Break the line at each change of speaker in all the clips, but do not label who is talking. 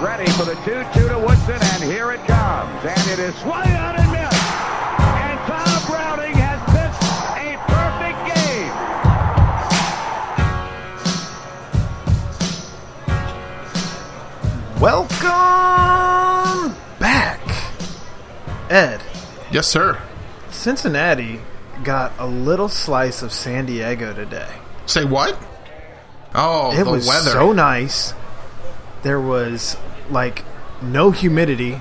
ready for the 2-2 to Woodson, and here it comes. And it is swung out and missed. And Tom Browning has pitched a perfect game.
Welcome back, Ed.
Yes, sir.
Cincinnati got a little slice of San Diego today.
Say what? Oh,
It
the
was
weather.
so nice. There was like no humidity.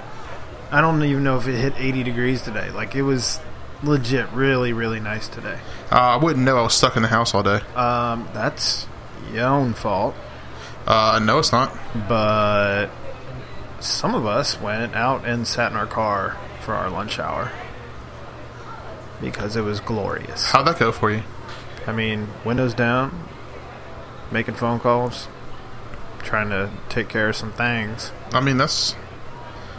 I don't even know if it hit 80 degrees today. Like it was legit, really, really nice today.
uh, I wouldn't know. I was stuck in the house all day.
Um, that's your own fault,
Uh, no, it's not.
but some of us went out and sat in our car for our lunch hour because it was glorious.
How'd that go for you?
I mean, windows down, making phone calls, trying to take care of some things.
I mean, that's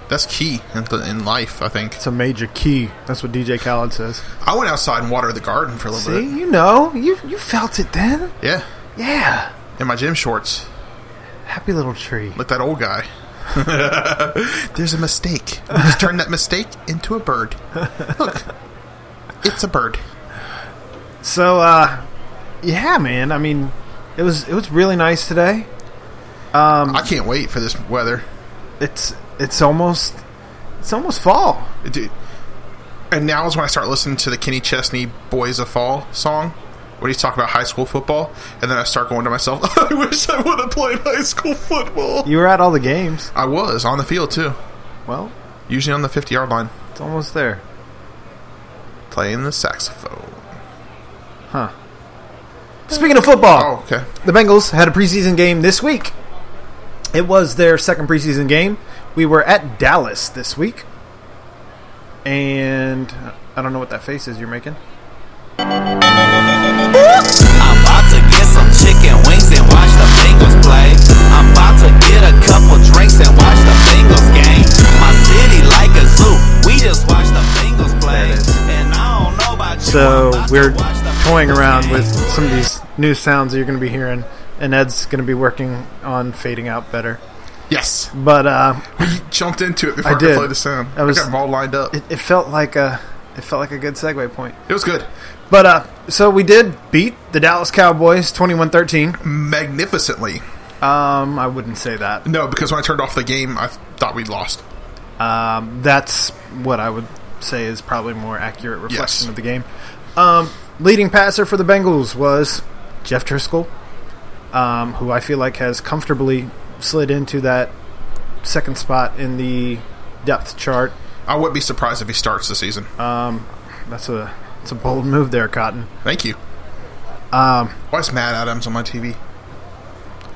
that's key in, the, in life. I think
It's a major key. That's what DJ Khaled says.
I went outside and watered the garden for a little
See,
bit.
you know, you you felt it then.
Yeah,
Yeah,
in my gym shorts,
happy little tree.
like that old guy. There's a mistake. We Just turn that mistake into a bird. Look, it's a bird.
So, uh, yeah, man. I mean, it was it was really nice today. Um,
I can't wait for this weather,
It's it's almost it's almost fall.
dude. And now is when I start listening to the Kenny Chesney "Boys of Fall" song, when he's talking about high school football, and then I start going to myself, "I wish I would have played high school football."
You were at all the games.
I was on the field too,
Well,
usually on the 50 yard line,
it's almost there.
playing the saxophone.
Speaking of football,
Oh, okay.
The Bengals had a preseason game this week. It was their second preseason game. We were at Dallas this week. And uh, I don't know what that face is you're making.
I'm about to get some chicken wings and watch the Bengals play. I'm about to get a couple drinks and watch the Bengals game. My city like a zoo. We just watch the Bengals play.
There it is.
And I don't know about you.
So
I'm about to
we're
watch the
toying
Bengals
around with
game.
some of these new sounds that you're going to be hearing. And Ed's going to be working on fading out better.
Yes,
But uh,
we jumped into it before
I
I, could
did.
play the sound.
I
I,
was-
got them all lined up. It,
it, it felt like a it felt like a good segue point.
was good,
But uh, so we did beat the Dallas Cowboys 21-13.
magnificently.
Um, I wouldn't say that.
No, because when I turned off the game, I thought we'd lost.
Um, that's what I would say is probably more accurate reflection
Yes.
of the game. Um, leading passer for the Bengals was Jeff Driscoll, um, who I feel like has comfortably slid into that second spot in the depth chart.
I wouldn't be surprised if he starts the season.
That's a it's a bold move there, Cotton.
Thank you. Um, Why is Matt Adams on my TV?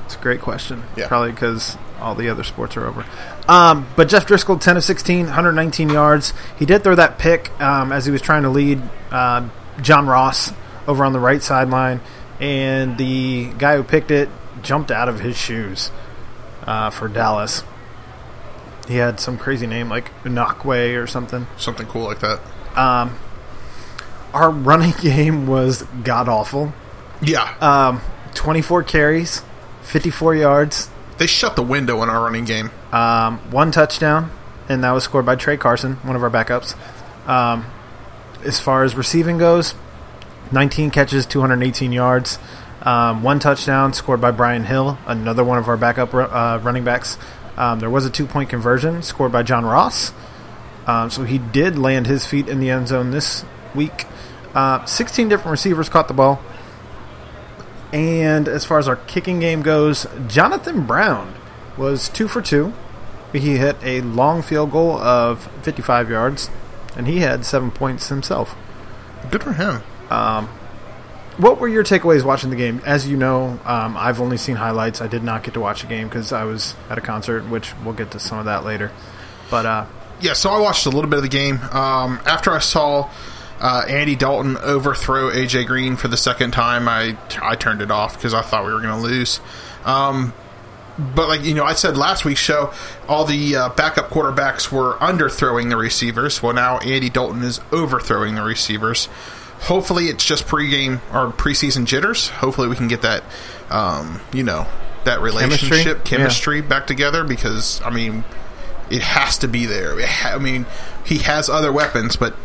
It's a great question.
Yeah.
Probably because all the other sports are over. Um, but Jeff Driscoll, 10 of 16, 119 yards. He did throw that pick um, as he was trying to lead uh, John Ross over on the right sideline. And the guy who picked it jumped out of his shoes uh, for Dallas. He had some crazy name like Knockway or something.
Something cool like that.
Our running game was god awful.
Yeah,
Um, 24 carries, 54 yards,
they shut the window on our running game.
Um, one touchdown, and that was scored by Trey Carson, one of our backups. Um, as far as receiving goes, 19 catches, 218 yards, um, one touchdown scored by Brian Hill, another one of our backup ru- uh, running backs. Um, there was a two point conversion scored by John Ross. Um, so he did land his feet in the end zone this week. Uh, 16 different receivers caught the ball. And as far as our kicking game goes, Jonathan Brown was two for two. He hit a long field goal of 55 yards, and he had seven points himself.
Good for him.
What were your takeaways watching the game? As you know, um, I've only seen highlights. I did not get to watch the game because I was at a concert, which we'll get to some of that later. But uh,
yeah, so I watched a little bit of the game. Um, after I saw uh, Andy Dalton overthrow AJ Green for the second time, I I turned it off because I thought we were going to lose. Um, but like you know, I said last week's show, all the uh, backup quarterbacks were underthrowing the receivers. Well, now Andy Dalton is overthrowing the receivers. Hopefully, it's just pregame or preseason jitters. Hopefully, we can get that, um, you know, that relationship chemistry,
Chemistry?
back together because I mean it has to be there. It ha- I mean he has other weapons, but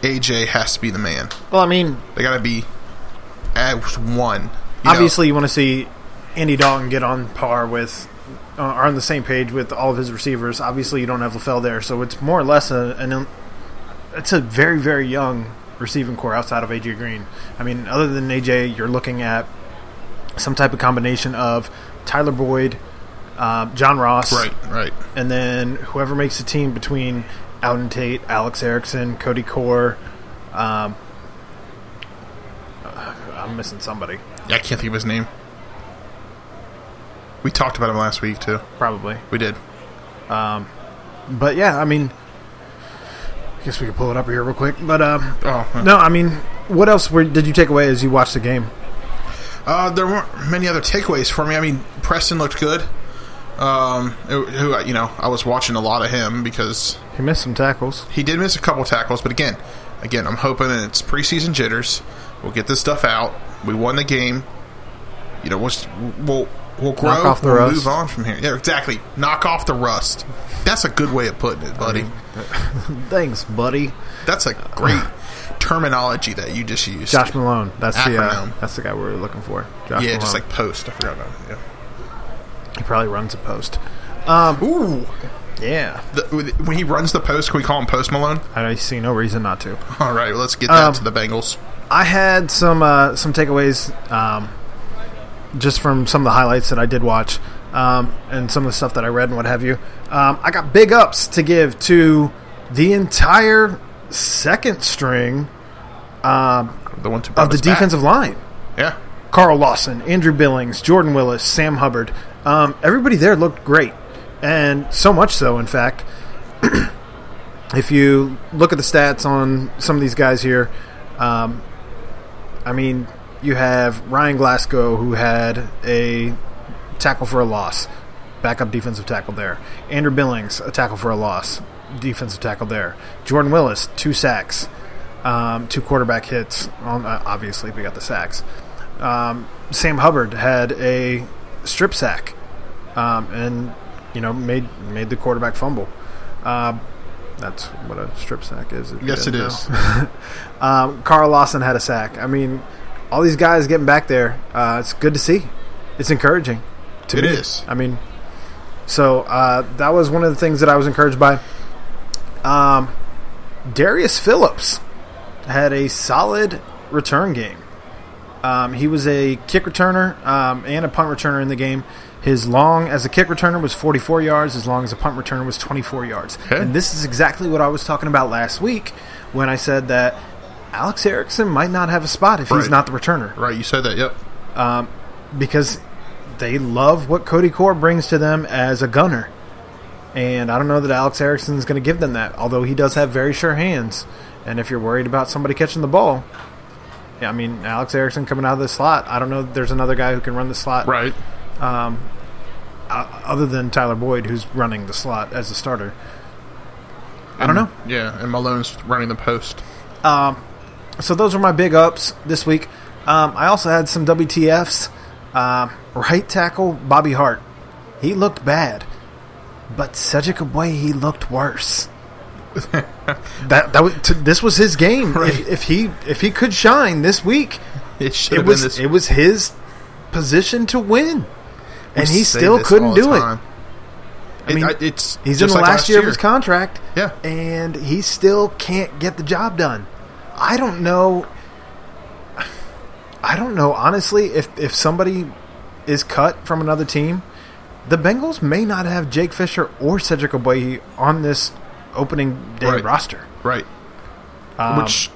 AJ has to be the man.
Well, I mean,
They got to be as one. you know?
obviously, you want to see Andy Dalton get on par with, uh, or on the same page with all of his receivers. Obviously, you don't have LaFell there, so it's more or less a, an, in- it's a very, very young receiving core outside of AJ Green. I mean, other than AJ, you're looking at some type of combination of Tyler Boyd, uh, John Ross,
right, right.
and then whoever makes the team between Alden Tate, Alex Erickson, Cody Core. Um, uh, I'm missing somebody,
I can't think of his name. We talked about him last week too.
probably.
We did.
But yeah, I mean, I guess we could pull it up here real quick. But um,
Oh, huh.
no, I mean, what else were, did you take away as you watched the game?
Uh, there weren't many other takeaways for me. I mean, Preston looked good. Um, who- who I- you know, I was watching a lot of him because
He missed some tackles.
he did miss a couple tackles, but again, again, I'm hoping that it's preseason jitters. We'll get this stuff out. We won the game. You know, we'll we'll, we'll grow.
Knock off the
we'll
rust.
move on from here. Yeah, exactly. Knock off the rust. That's a good way of putting it, buddy.
Thanks, buddy.
That's a great terminology that you just used.
Josh Malone. That's the uh,
Acronym.
that's the guy we were looking for. Josh
yeah,
Malone.
just like post. I forgot about it. Yeah.
he probably runs a post.
Ooh.
Yeah,
The, when he runs the post, can we call him Post Malone?
I see no reason not to.
All right, well, let's get that
Um,
to the Bengals.
I had some uh, some takeaways um, just from some of the highlights that I did watch um, and some of the stuff that I read and what have you. Um, I got big ups to give to the entire second string
The ones who brought
of the
us back.
defensive line.
Yeah,
Carl Lawson, Andrew Billings, Jordan Willis, Sam Hubbard. Um, everybody there looked great, and so much so, in fact. if you look at the stats on some of these guys here, um, I mean, you have Ryan Glasgow, who had a tackle for a loss, backup defensive tackle there. Andrew Billings, a tackle for a loss, defensive tackle there. Jordan Willis, two sacks, um, two quarterback hits. On, uh, obviously, we got the sacks. Um, Sam Hubbard had a strip sack, um, and you know made made the quarterback fumble. Um, that's what a strip sack is. if you
yes, it
didn't know.
is.
Um, Carl Lawson had a sack. I mean, all these guys getting back there. Uh, it's good to see. It's encouraging. To
It
me.
is.
I mean, so uh, that was one of the things that I was encouraged by. Um, Darius Phillips had a solid return game. Um, he was a kick returner um, and a punt returner in the game. His long as a kick returner was 44 yards. As long as a punt returner was 24 yards.
Okay.
And this is exactly what I was talking about last week when I said that Alex Erickson might not have a spot if
Right.
he's not the returner
right, you said that. Yep.
because they love what Cody Core brings to them as a gunner. And I don't know that Alex Erickson's going to give them that, although he does have very sure hands. And if you're worried about somebody catching the ball, yeah, I mean, Alex Erickson coming out of the slot, I don't know that there's another guy who can run the slot
Right.
other than Tyler Boyd, who's running the slot as a starter. I don't know.
Yeah, and Malone's running the post.
So those were my big ups this week. Um, I also had some WTFs. Um right tackle Bobby Hart. He looked bad, but Cedric Abway he looked worse. that that was, t- this was his game.
Right.
If, if he if he could shine this week,
It should
it
have been
was
this.
it was his position to win, and
we
he
say
still
this
couldn't
all the
do it.
time. I
mean,
mean, it's
He's
just
in the
like
last, year, of his contract.
Yeah.
And he still can't get the job done. I don't know. I don't know, honestly, if, if somebody is cut from another team, the Bengals may not have Jake Fisher or Cedric Oboye on this opening day
Right.
roster.
Right. Which.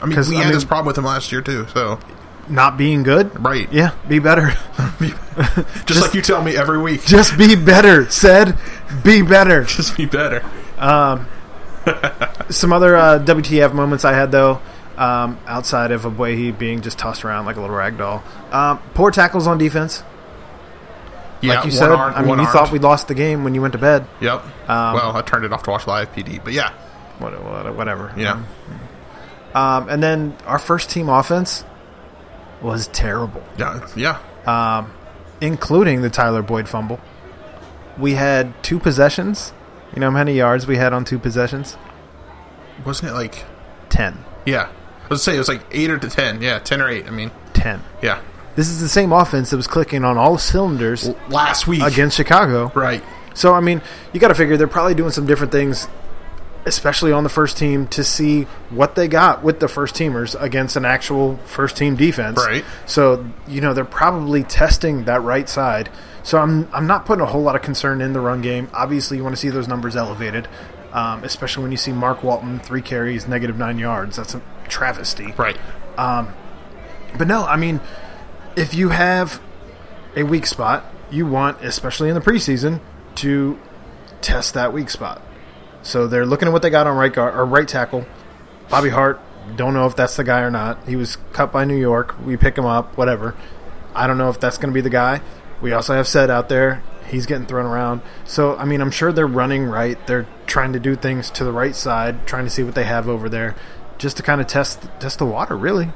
I mean,
'cause,
we
Um, I
had
mean-
this problem with him last year too. So,
Not being good?
Right.
Yeah, be better.
just, like you tell me every week,
Just be better, said. Be better.
just be better.
some other uh, WTF moments I had though, um, outside of Abuehi being just tossed around like a little rag doll. Um, poor tackles on defense,
Yeah,
like you
one
said.
arm-
I mean,
one
you
arm.
thought we um, lost the game when you went to bed.
Yep. well, I turned it off to watch live PD, but yeah,
What, what, whatever.
yeah.
Um, and then our first team offense was terrible.
Yeah, it's- yeah.
including the Tyler Boyd fumble. We had two possessions. You know how many yards we had on two possessions?
Wasn't it like
Ten.
yeah? I was gonna say it was like eight or to ten. Yeah, ten or eight. I mean,
Ten.
yeah.
This is the same offense that was clicking on all cylinders
L- Last week,
against Chicago.
right?
So I mean, you got to figure they're probably doing some different things, especially on the first team, to see what they got with the first teamers against an actual first team defense.
Right.
So you know they're probably testing that right side. So I'm I'm not putting a whole lot of concern in the run game. Obviously, you want to see those numbers elevated, um, especially when you see Mark Walton three carries, negative nine yards. That's a travesty.
Right.
But no, I mean, if you have a weak spot, you want, especially in the preseason, to test that weak spot. So they're looking at what they got on right guard or right tackle. Bobby Hart, don't know if that's the guy or not. He was cut by New York. We pick him up, whatever. I don't know if that's going to be the guy. We also have Sed out there. He's getting thrown around. So, I mean, I'm sure they're running right. They're trying to do things to the right side, trying to see what they have over there, just to kind of test test the water, really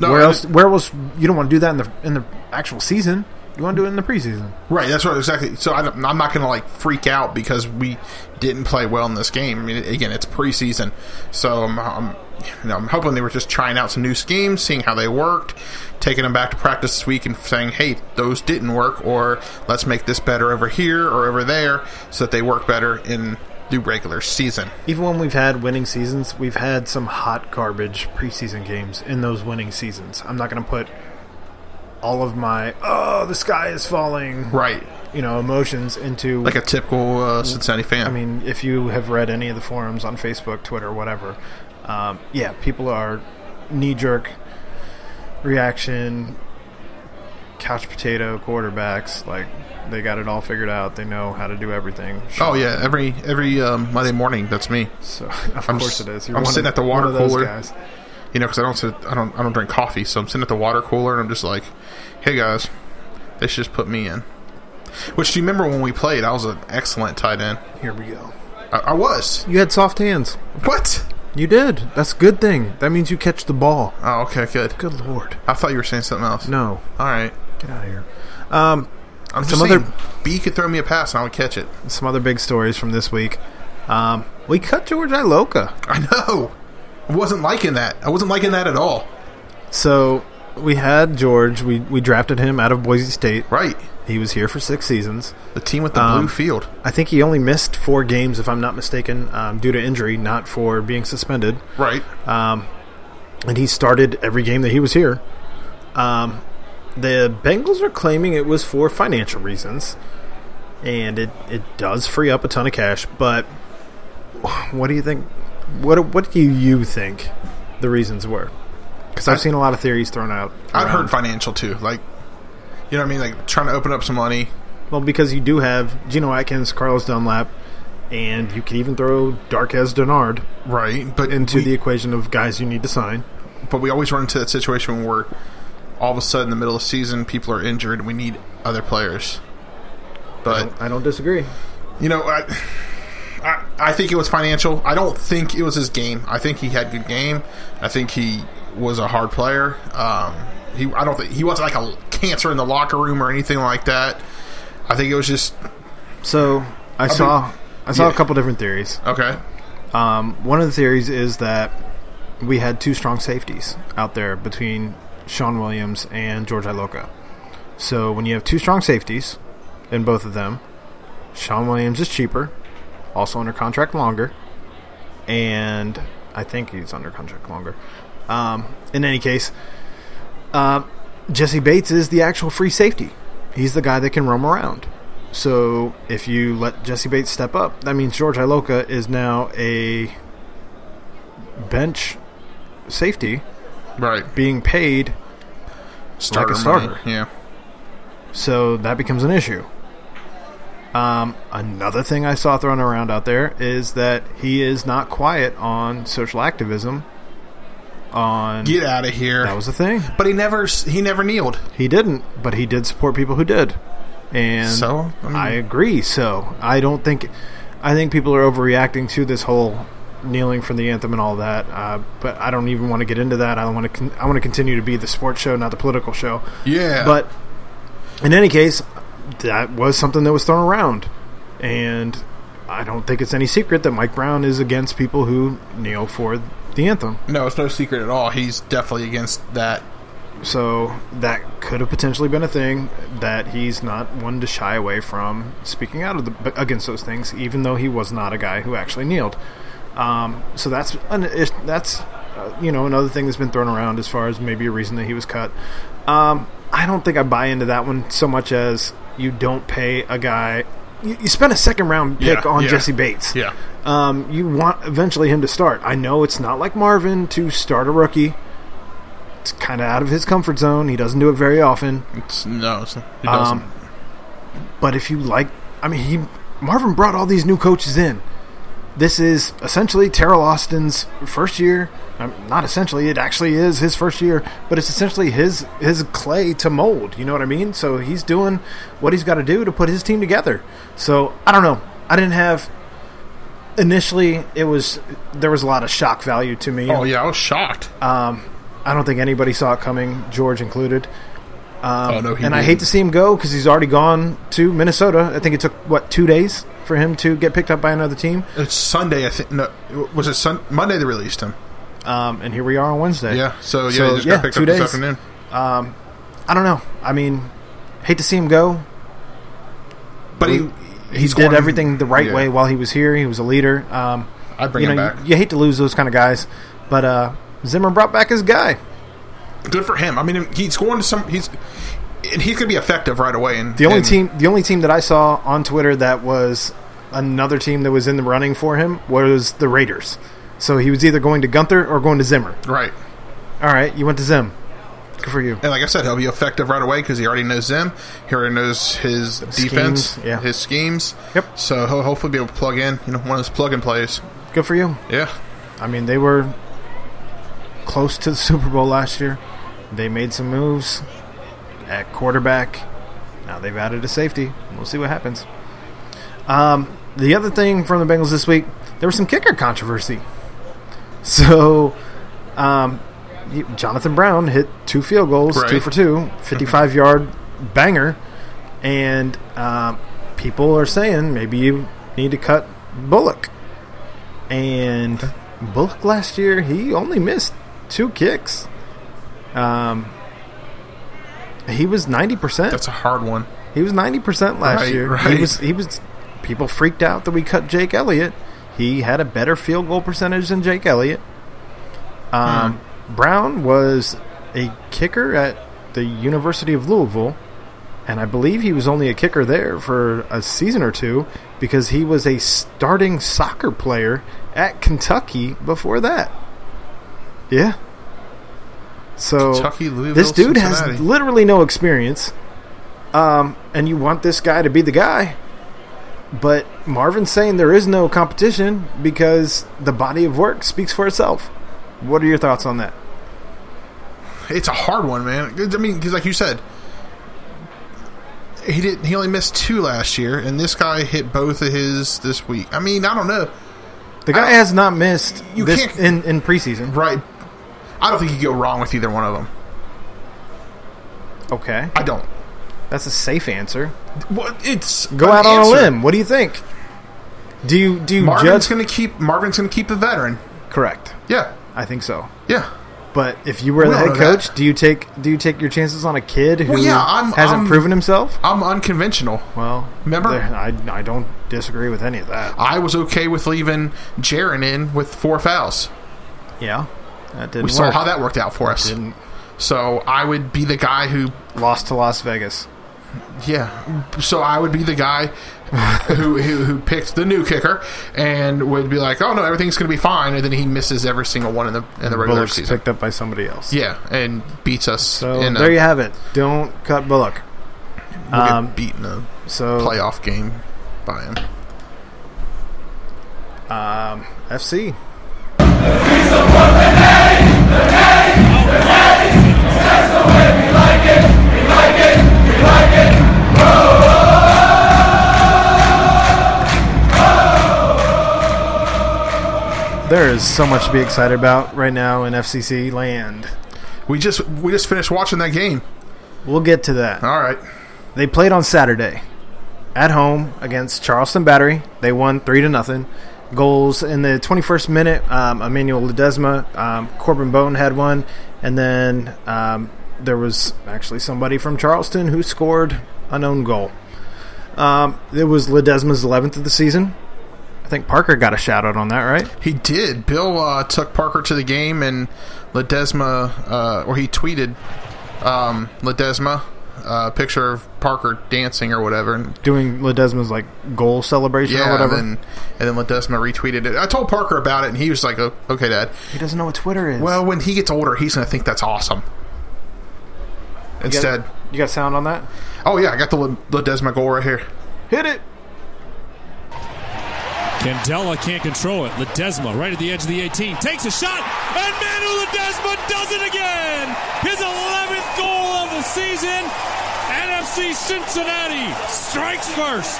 No,
where
I-
else? Where else? You don't want to do that in the in the actual season. You want to do it in the preseason.
Right, that's right, exactly. So I don't, I'm not going to like freak out because we didn't play well in this game. I mean, again, it's preseason, so I'm, I'm, you know, I'm hoping they were just trying out some new schemes, seeing how they worked, taking them back to practice this week, and saying, "Hey, those didn't work," or "Let's make this better over here or over there," so that they work better in the regular season.
Even when we've had winning seasons, we've had some hot garbage preseason games in those winning seasons. I'm not going to put all of my oh the sky is falling
Right,
you know emotions into
like a typical uh, Cincinnati fan.
Mm, I mean, if you have read any of the forums on Facebook, Twitter, whatever, um, yeah, people are knee jerk reaction, couch potato quarterbacks. Like, they got it all figured out. They know how to do everything.
oh yeah, every every um, Monday morning, that's me.
So, of
I'm
course
s-
it is.
I'm
one
sitting
of-
at the water
one of those
cooler.
guys.
you know, because I don't sit, I don't, I don't drink coffee, so I'm sitting at the water cooler and I'm just like, hey guys, they should just put me in. Which do you remember when we played? I was an excellent tight end.
Here we go.
I, I was.
You had soft hands.
What?
You did. That's a good thing. That means you catch the ball.
Oh, okay, good.
Good lord.
I thought you were saying something else.
No.
All right.
Get out of here. Um,
I'm just
Some
saying,
other-
B could throw me a pass and I would catch it.
some other big stories from this week. Um, we cut George Iloka.
I know. I wasn't liking that. I wasn't liking that at all.
So we had George. We we drafted him out of Boise State.
Right.
He was here for six seasons.
The team with the
Um,
blue field.
I think he only missed four games, if I'm not mistaken, um, due to injury, not for being suspended.
Right.
And he started every game that he was here. Um, the Bengals are claiming it was for financial reasons, and it it does free up a ton of cash. But what do you think? What what do you think the reasons were? Because I've seen a lot of theories thrown out.
I've
around.
heard financial too. Like, you know what I mean? Like trying to open up some money.
Well, because you do have Geno Atkins, Carlos Dunlap, and you could even throw Darquez Denard
Right. But
into
we-
the equation of guys you need to sign.
but we always run into that situation where all of a sudden in the middle of the season people are injured and we need other players but
I don't disagree.
you know I, I i think it was financial i don't think it was his game i think he had good game i think he was a hard player um he i don't think he wasn't like a cancer in the locker room or anything like that i think it was just
So I, saw I saw
yeah.
a couple different theories.
okay
Um, one of the theories is that we had two strong safeties out there between Sean Williams and George Iloka. So when you have two strong safeties in both of them, Sean Williams is cheaper, also under contract longer, and I think he's under contract longer. Um, in any case, uh, Jesse Bates is the actual free safety. He's the guy that can roam around. So if you let Jesse Bates step up, that means George Iloka is now a bench safety
right
being paid,
starter
starter.
yeah
so that becomes an issue. Um, another thing I saw thrown around out there is that he is not quiet on social activism. On
get out of here
that was a thing.
but he never s- he never kneeled
He didn't, but he did support people who did. And
So, I
I,
mean-
agree. So I don't think I think people are overreacting to this whole kneeling for the anthem and all that. Uh, but I don't even want to get into that. I want to con- I want to continue to be the sports show, not the political show.
yeah
But in any case, that was something that was thrown around, and I don't think it's any secret that Mike Brown is against people who kneel for the anthem.
No, it's no secret at all. He's definitely against that.
So that could have potentially been a thing that he's not one to shy away from speaking out of the, against those things, even though he was not a guy who actually kneeled. Um, so that's an, it- that's uh, you know another thing that's been thrown around as far as maybe a reason that he was cut. Um, I don't think I buy into that one so much as you don't pay a guy. You, you spent a second round pick
Yeah,
on
yeah.
Jesse Bates.
Yeah.
Um, you want eventually him to start. I know it's not like Marvin to start a rookie. It's kind of out of his comfort zone. He doesn't do it very often.
It's, no, it's, it doesn't.
Um, but if you like, I mean, he Marvin brought all these new coaches in. This is essentially Terrell Austin's first year. Um, not essentially, it actually is his first year, but it's essentially his his clay to mold. You know what I mean? So he's doing what he's got to do to put his team together. So I don't know. I didn't have initially. It was there was a lot of shock value to me.
oh, yeah, I was shocked.
Um, I don't think anybody saw it coming, George included.
oh, no, he
and I hate to see him go because he's already gone to Minnesota. I think it took what two days for him to get picked up by another team.
It's Sunday, I think. No, was it Sun- Monday they released him?
Um, and here we are on Wednesday.
Yeah, so yeah,
So,
they just
yeah,
got picked
two
up
days.
this afternoon.
I don't know. I mean, hate to see him go.
But he,
He
he's
did
going-
everything the right
yeah.
way while he was here. He was a leader. Um,
I bring
you
him
know,
back.
You, you hate to lose those kind of guys, but uh, Zimmer brought back his guy.
Good for him. I mean, he's going to some. He's and he's going to be effective right away. And
The only
and-
team, the only team that I saw on Twitter that was another team that was in the running for him was the Raiders. So he was either going to Gunther or going to Zimmer.
right?
All right, you went to Zim. Good for you.
And like I said, he'll be effective right away because he already knows them. He already knows his defense,
yeah.
his schemes.
Yep.
So he'll hopefully be able to plug in. You know, one of those plug and plays.
Good for you.
Yeah.
I mean, they were close to the Super Bowl last year. They made some moves at quarterback. Now they've added a safety. We'll see what happens. Um, the other thing from the Bengals this week, there was some kicker controversy. So, um, you- Jonathan Brown hit two field goals, two
Right.
for two, 55 yard banger. And um, people are saying maybe you need to cut Bullock. And Bullock last year, he only missed two kicks. Um, he was 90%.
That's a hard one.
He was ninety percent last
Right,
year. He
right.
was he was people freaked out that we cut Jake Elliott. He had a better field goal percentage than Jake Elliott.
Hmm.
Um, Brown was a kicker at the University of Louisville, and I believe he was only a kicker there for a season or two because he was a starting soccer player at Kentucky before that. Yeah. So
Kentucky, Louisville,
this dude has
Cincinnati.
literally no experience, um, and you want this guy to be the guy. But Marvin's saying there is no competition because the body of work speaks for itself. What are your thoughts on that?
It's a hard one, man. I mean, because like you said, he did. He only missed two last year, and this guy hit both of his this week. I mean, I don't know.
The guy
I-
has not missed
You
this
can't-
in, in preseason.
Right. I don't think you go wrong with either one of them.
Okay,
I don't.
that's a safe answer.
Well, it's
Go
an
out on a
answer.
limb. What do you think? Do you do you
Marvin's
judge?
going to keep Marvin's going to keep the veteran.
Correct.
Yeah,
I think so.
yeah.
But if you were
We
the
don't
head
know that.
coach, do you take do you take your chances on a kid who
Well, yeah, I'm-
hasn't
I'm-
proven himself?
I'm unconventional.
Well,
Remember?
there- I I don't disagree with any of that.
I was okay with leaving Jaron in with four fouls.
Yeah, that didn't
We
work.
saw how that worked out for us.
didn't
So I would be the guy who,
lost to Las Vegas.
yeah. So I would be the guy who, who who picked the new kicker and would be like, oh no, everything's going to be fine, and then he misses every single one in the in the regular
Bullock's
season.
picked up by somebody else.
Yeah, and beats us.
So
in
there
a,
you have it. Don't cut Bullock.
we'll get
um,
beat in a
So
playoff game by him.
FC. There is so much to be excited about right now in FCC land.
We just we just finished watching that game.
We'll get to that.
All right.
They played on Saturday at home against Charleston Battery. They won three to nothing. Goals in the 21st minute, um, Emmanuel Ledesma, um, Corbin Bone had one, and then um, there was actually somebody from Charleston who scored an own goal. Um, it was Ledesma's 11th of the season. I think Parker got a shout out on that, right?
He did. Bill uh, took Parker to the game, and Ledesma, uh, or he tweeted um, Ledesma uh, picture of Parker dancing or whatever, and
Doing Ledesma's like goal celebration or
yeah, and
whatever.
then, and then Ledesma retweeted it. I told Parker about it, and he was like, "Oh, "Okay, Dad."
he doesn't know what Twitter is.
Well, when he gets older, he's going to think that's awesome.
you
Instead,
got, you got sound on that?
oh yeah, I got the Le- Ledesma goal right here.
Hit it.
Candela can't control it. Ledesma right at the edge of the 18 takes a shot, and Manu Ledesma does it again. His 11th goal of the season. NFC Cincinnati strikes first.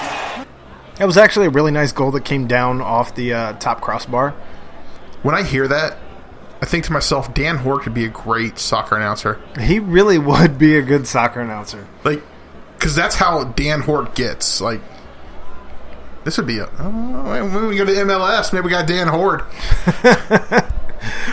That was actually a really nice goal that came down off the uh, top crossbar.
When I hear that, I think to myself, Dan Hort could be a great soccer announcer.
He really would be a good soccer announcer.
like because that's how Dan Hort gets like. This would be a. Oh, when we go to MLS, maybe we got Dan Hort.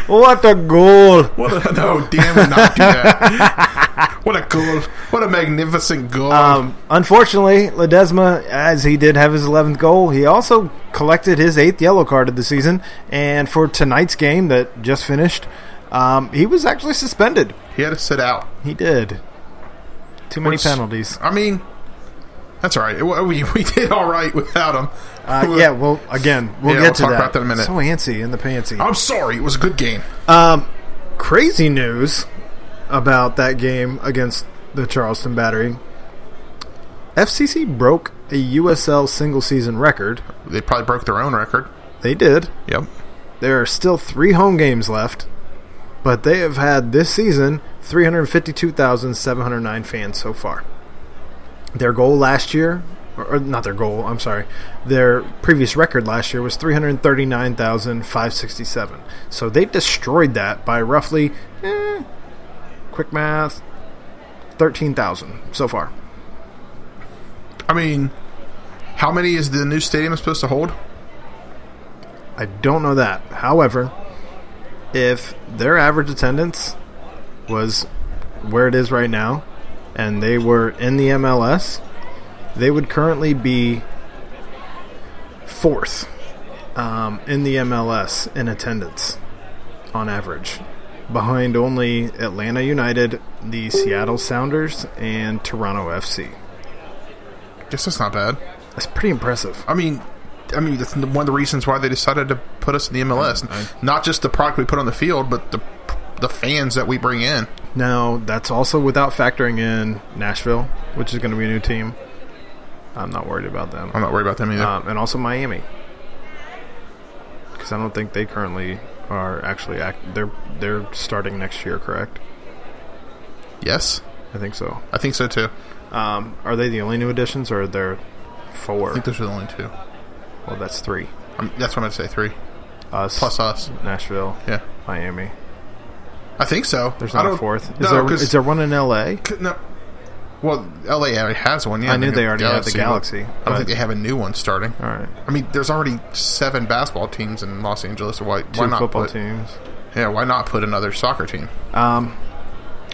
What a goal!
What a, no, Dan would not do that. what a goal! What a magnificent goal!
Um, unfortunately, Ledesma, as he did have his 11th goal, he also collected his eighth yellow card of the season. And for tonight's game that just finished, um, he was actually suspended.
he had to sit out.
He did. Too many
Which-
penalties.
I mean, that's all right. We, we did all right without him.
Uh, yeah, well, again, we'll
Yeah,
get
we'll
to
talk
that.
about that in a minute.
So antsy in the pantsy.
I'm sorry. It was a good game.
Um, crazy news about that game against the Charleston Battery. FCC broke a USL single season record.
They probably broke their own record.
They did.
Yep.
There are still three home games left, but they have had this season 352,709 fans so far. Their goal last year, or or not their goal, I'm sorry, their previous record last year was 339,567. So they destroyed that by roughly, eh, quick math, 13,000 so far.
I mean, how many is the new stadium supposed to hold?
I don't know that. However, if their average attendance was where it is right now and they were in the MLS, they would currently be fourth um, in the MLS in attendance on average, behind only Atlanta United, the Seattle Sounders, and Toronto FC.
Guess that's not bad.
That's pretty impressive.
I mean, I mean that's one of the reasons why they decided to put us in the MLS. Not just the product we put on the field, but the the fans that we bring in.
Now, that's also without factoring in Nashville, which is going to be a new team. I'm not worried about them.
I'm not worried about them either.
Um, and also Miami. Because I don't think they currently are actually act- they're they're starting next year, correct?
yes,
I think so.
I think so too.
Um, are they the only new additions, or are there four?
I think those are the only two.
well, that's three.
Um, that's what I'm gonna say. Three
Us
plus us.
Nashville,
Yeah,
Miami.
I think so.
There's
I
not a
don't-
fourth. Is,
No,
there,
'cause-
is there one in L.A.?
c- no. Well, LA already has one. Yeah,
I knew
think
they already had the Galaxy,
I don't
but-
think they have a new one starting.
All right,
I mean, there's already seven basketball teams in Los Angeles. So why,
two
why not
football
put,
teams.
Yeah, why not put another soccer team?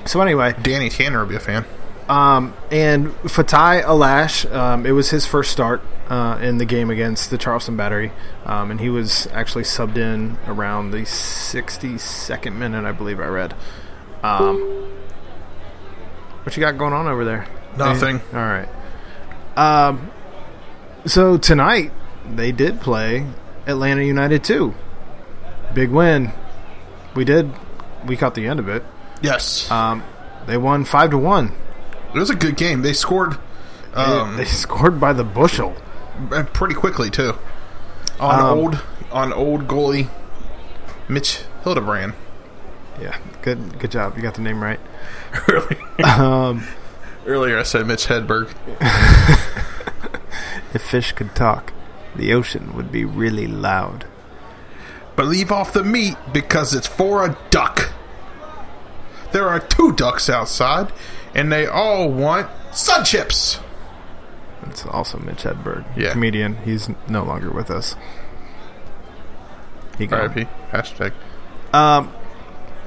So anyway,
Danny Tanner would be a fan.
Um, and Fatai Alash, um, it was his first start uh, in the game against the Charleston Battery, um, and he was actually subbed in around the 62nd minute, I believe I read. Um, what you got going on over there?
Nothing.
All right. Um, so tonight they did play Atlanta United two. Big win. We did. We caught the end of it.
Yes.
They won five to one.
It was a good game. They scored um,
they scored by the bushel.
uh, pretty quickly too. On
Um,
old on old goalie Mitch Hildebrand.
Yeah, good good job. You got the name right. Um,
Earlier I said Mitch Hedberg.
If fish could talk, the ocean would be really loud.
But leave off the meat because it's for a duck. There are two ducks outside, and they all want Sun Chips.
It's also Mitch Hedberg,
Yeah.
comedian. He's no longer with us. He gone.
RIP. Hashtag.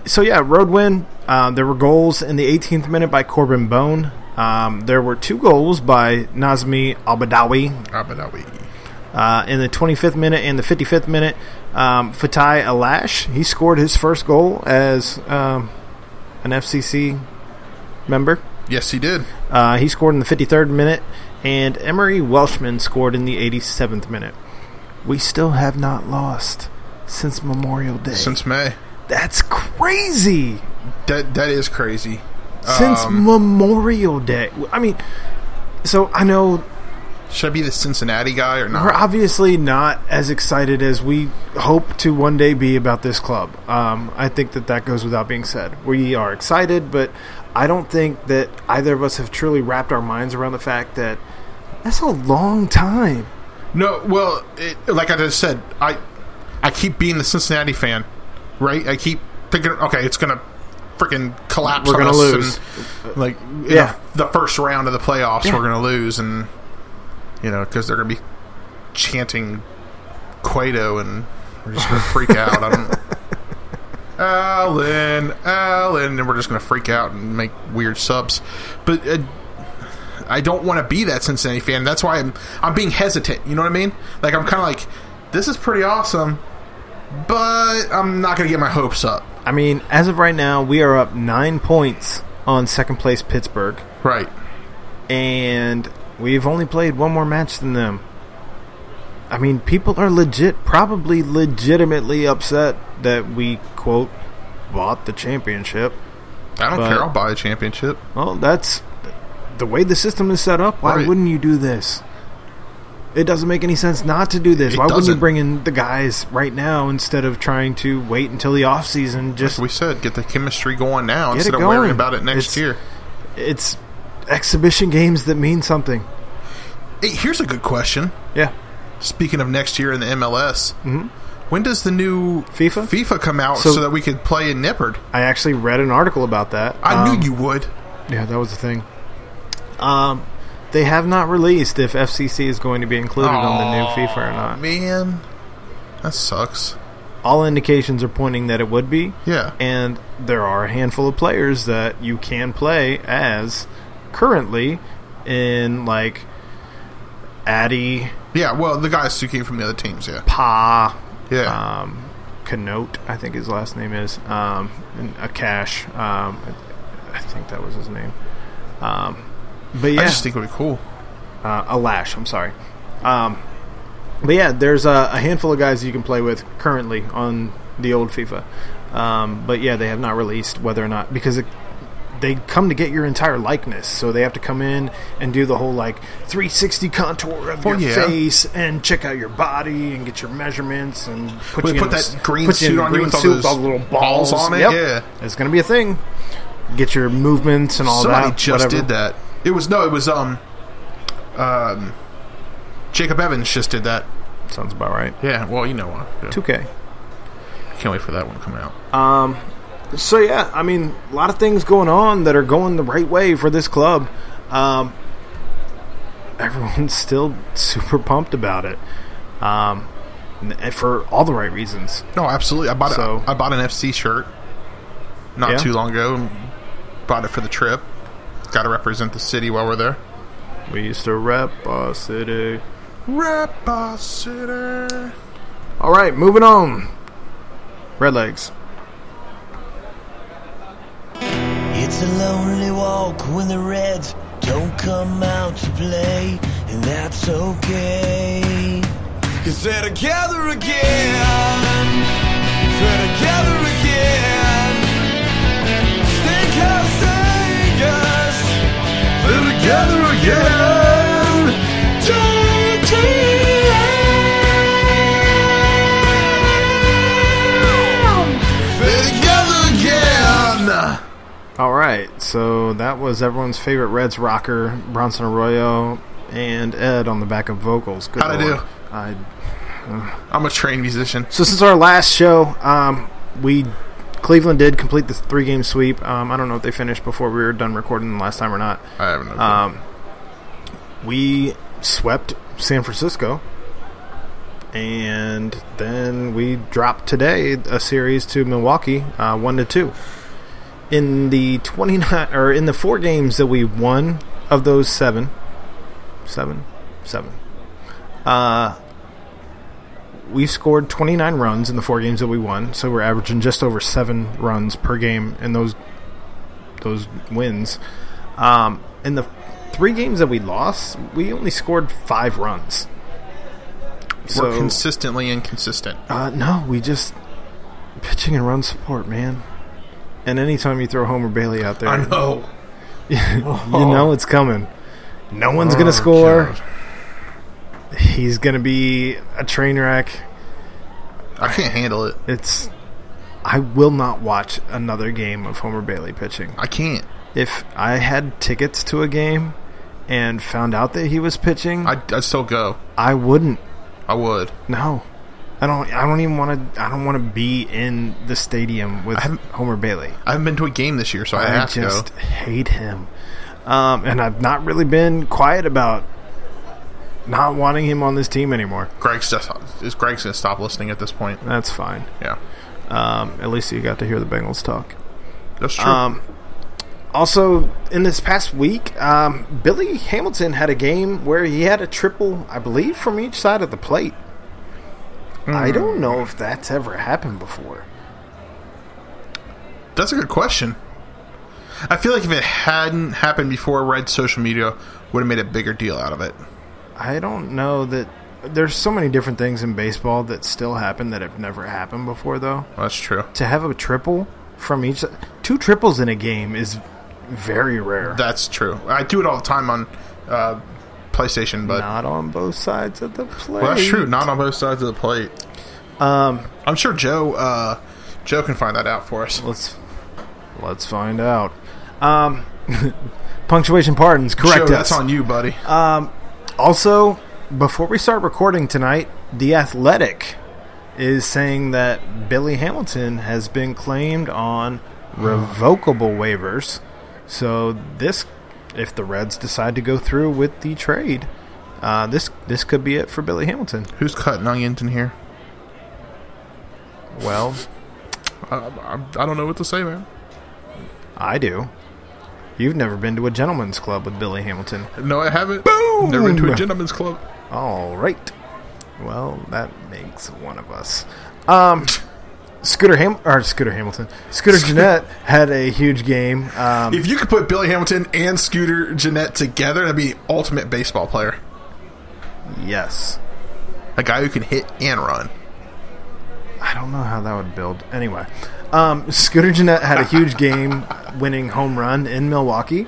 so yeah, road win. Um, there were goals in the 18th minute by Corbin Bone. Um, there were two goals by Nazmi Abadawi
Abadawi.
uh, in the 25th minute and the 55th minute. Um, Fatai Alash he scored his first goal as um, an FCC member.
Yes, he did.
Uh, he scored in the 53rd minute, and Emery Welshman scored in the 87th minute. We still have not lost since Memorial Day.
Since May.
That's crazy.
That that is crazy.
since
Um,
Memorial Day. I mean, so I know
Should I be the Cincinnati guy or
we're
not?
obviously not as excited as we hope to one day be about this club. Um, I think that that goes without being said. We are excited, but I don't think that either of us have truly wrapped our minds around the fact that that's a long time.
No, well, it, like I just said, I I keep being the Cincinnati fan, right? I keep thinking, okay, it's gonna freaking collapse.
We're
on
gonna
us
lose.
and, like
Yeah.
yeah, the first round of the playoffs,
Yeah.
we're gonna lose, and you know because they're gonna be chanting Cueto, and we're just gonna freak out. I don't. Allen, Allen, and we're just gonna freak out and make weird subs, but. Uh, I don't want to be that Cincinnati fan. That's why I'm I'm being hesitant. You know what I mean? Like I'm kind of like, this is pretty awesome, but I'm not gonna get my hopes up.
I mean, as of right now, we are up nine points on second place Pittsburgh,
Right.
and we've only played one more match than them. I mean, people are legit, probably legitimately upset that we, quote, bought the championship.
I don't
But-
care. I'll buy a championship.
Well, that's the way the system is set up. Why
Right.
wouldn't you do this? It doesn't make any sense not to do this.
It
Why wouldn't you
doesn't.
bring in the guys right now instead of trying to wait until the off season? Just
We said get the chemistry going now
Get it
instead of
going.
worrying about it
It's-
next year.
it's exhibition games that mean something.
Hey, here's a good question.
Yeah.
Speaking of next year in the MLS, when does the new
FIFA?
Mm-hmm. FIFA come out
So-
so, that we could play in Nippard?
I actually read an article about that.
I
Um,
knew you would.
Yeah, that was the thing. Um, they have not released if FCC is going to be included on the new FIFA or not.
Man, that sucks.
All indications are pointing that it would be.
Yeah.
And there are a handful of players that you can play as currently in like Addy,
Yeah. Well, the guys who came from the other teams. Yeah.
Pa,
Yeah.
um, Canote, I think his last name is, um, and Akash. Um, I- I think that was his name. Um, but yeah,
I just think it would be cool.
uh, Alash. I'm sorry. Um, but yeah, there's a, a handful of guys you can play with currently on the old FIFA. Um, but yeah, they have not released whether or not because it, they come to get your entire likeness, so they have to come in and do the whole like 360 contour of
Oh,
your
yeah.
face and check out your body and get your measurements and put
Well,
you
they
in a
put that
s-
green
put you in
suit
a
on you
green
with all
suit
those
all the little balls,
balls on it?
Yep.
Yeah.
it's gonna be a thing. Get your movements and all
Somebody
that.
just
whatever.
did that. It was no, it was um, um, Jacob Evans just did that.
Sounds about right.
Yeah, well, you know what? Yeah.
2K.
Can't wait for that one to come out.
So yeah, I mean, a lot of things going on that are going the right way for this club. Um, everyone's still super pumped about it, um, and for all the right reasons.
No, absolutely. I bought
So-
a, I bought an FC shirt not
Yeah?
too long ago. and Bought it for the trip. Got to represent the city while we're there.
We used to rep our city.
Rep our city.
All right, moving on. Red legs.
It's a lonely walk when the Reds don't come out to play, and that's okay.
Cause they're together again. They're together again. Steakhouse Vegas. They're together again. They're together again.
All right, so that was everyone's favorite Reds rocker, Bronson Arroyo, and Ed on the back of vocals. Good
How'd I
lord.
do?
I
I'm a trained musician.
So since our last show, um, we Cleveland did complete the three game sweep. Um, I don't know if they finished before we were done recording the last time or not.
I haven't. no clue.
Um, we swept San Francisco, and then we dropped today a series to Milwaukee, uh, one to two. In the twenty nine or in the four games that we won of those seven, seven, seven, uh, we've scored twenty nine runs in the four games that we won. So we're averaging just over seven runs per game in those those wins. Um, in the three games that we lost, we only scored five runs. So,
We're consistently inconsistent.
uh, no, we just pitching and run support, man. And anytime you throw Homer Bailey out there,
I know.
you know it's coming. No one's
Oh,
gonna score. He's gonna be a train wreck.
I can't handle it.
It's. I will not watch another game of Homer Bailey pitching.
I can't.
If I had tickets to a game and found out that he was pitching, I,
I I'd still go.
I wouldn't.
I would.
No, I don't. I don't even want to. I don't want to be in the stadium with
haven't-
Homer Bailey.
I haven't been to a game this year, so I,
I
have to
just
go.
hate him, um, and I've not really been quiet about not wanting him on this team anymore.
Greg's just is Greg's gonna stop listening at this point.
That's fine.
Yeah,
Um, at least you got to hear the Bengals talk.
that's true.
Um, also, in this past week, um, Billy Hamilton had a game where he had a triple, I believe, from each side of the plate.
Hmm.
I don't know if that's ever happened before.
that's a good question. I feel like if it hadn't happened before, Red social media would have made a bigger deal out of it.
I don't know that there's so many different things in baseball that still happen that have never happened before though.
That's true.
To have a triple from each two triples in a game is very rare.
That's true. I do it all the time on uh, PlayStation, but
Not on both sides of the plate.
well, that's true. Not on both sides of the plate. Um, I'm sure Joe uh, Joe can find that out for us.
Let's let's find out. Um punctuation pardons correct
Joe,
us.
that's on you, buddy.
Also, before we start recording tonight, The Athletic is saying that Billy Hamilton has been claimed on revocable waivers. So this, if the Reds decide to go through with the trade, uh, this this could be it for Billy Hamilton.
Who's cutting onions in here?
Well,
I, I don't know what to say, man.
I do. You've never been to a gentleman's club with Billy Hamilton.
No, I haven't. Boom! Never been to a gentleman's club.
All right. Well, that makes one of us. Um, Scooter Ham or Scooter Hamilton, Scooter Jeanette had a huge game. Um,
If you could put Billy Hamilton and Scooter Jeanette together, that'd be ultimate baseball player.
yes,
A guy who can hit and run.
I don't know how that would build. Anyway, um, Scooter Jeanette had a huge game, winning home run in Milwaukee.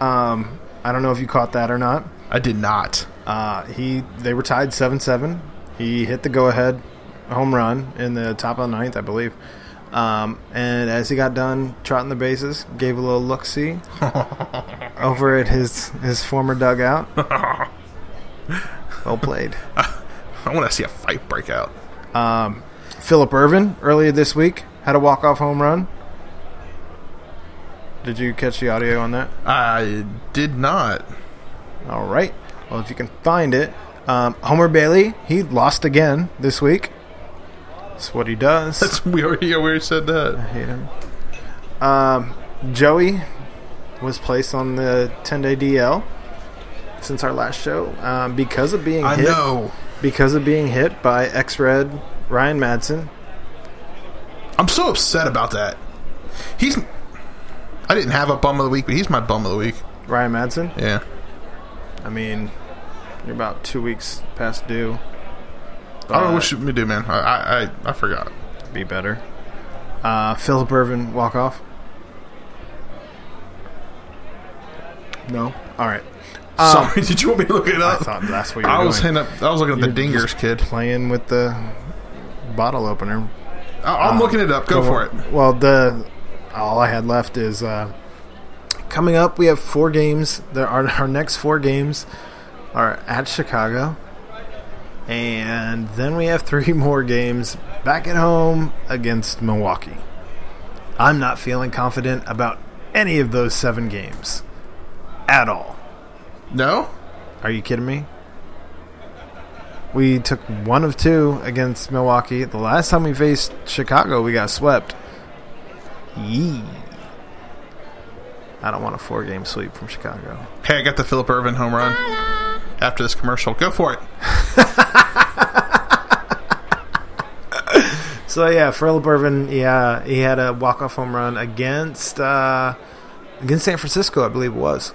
Um, I don't know if you caught that or not.
I did not.
Uh, he they were tied seven seven. He hit the go ahead home run in the top of the ninth, I believe. Um, and as he got done trotting the bases, gave a little look see over at his his former dugout. well played.
I want to see a fight break out.
Philip Irvin earlier this week had a walk off home run. Did you catch the audio on that?
I did not.
All right. Well, if you can find it, um, Homer Bailey he lost again this week. That's what he does.
That's we already, we already said that.
hate him. Um, Joey was placed on the 10 day DL since our last show um, because of being
I
hit
know.
because of being hit by X Red Ryan Madsen.
I'm so upset about that. He's. I didn't have a bum of the week, but he's my bum of the week.
Ryan Madsen.
Yeah.
I mean, you're about two weeks past due.
I don't know
Uh,
what should we do, man. I I, I, I forgot.
Be better. Uh, Philip Irvin walk off. No. All right. Um,
Sorry, did you want me to look it up? I,
thought that's what you were
was
doing.
hitting up. I was looking at the
You're
dingers,
just
kid.
Playing with the bottle opener.
I, I'm
Ah,
looking it up. Go for it.
Well, the all I had left is uh, coming up. We have four games. There are our next four games are at Chicago, and then we have three more games back at home against Milwaukee. I'm not feeling confident about any of those seven games at all.
No?
Are you kidding me? We took one of two against Milwaukee. The last time we faced Chicago, we got swept. Yee. I don't want a four game sweep from Chicago.
Hey, I got the Philip Irvin home run after this commercial. Go for it.
So yeah, Ferrell Bourbon, yeah, he had a walk off home run against uh, against San Francisco, I believe it was.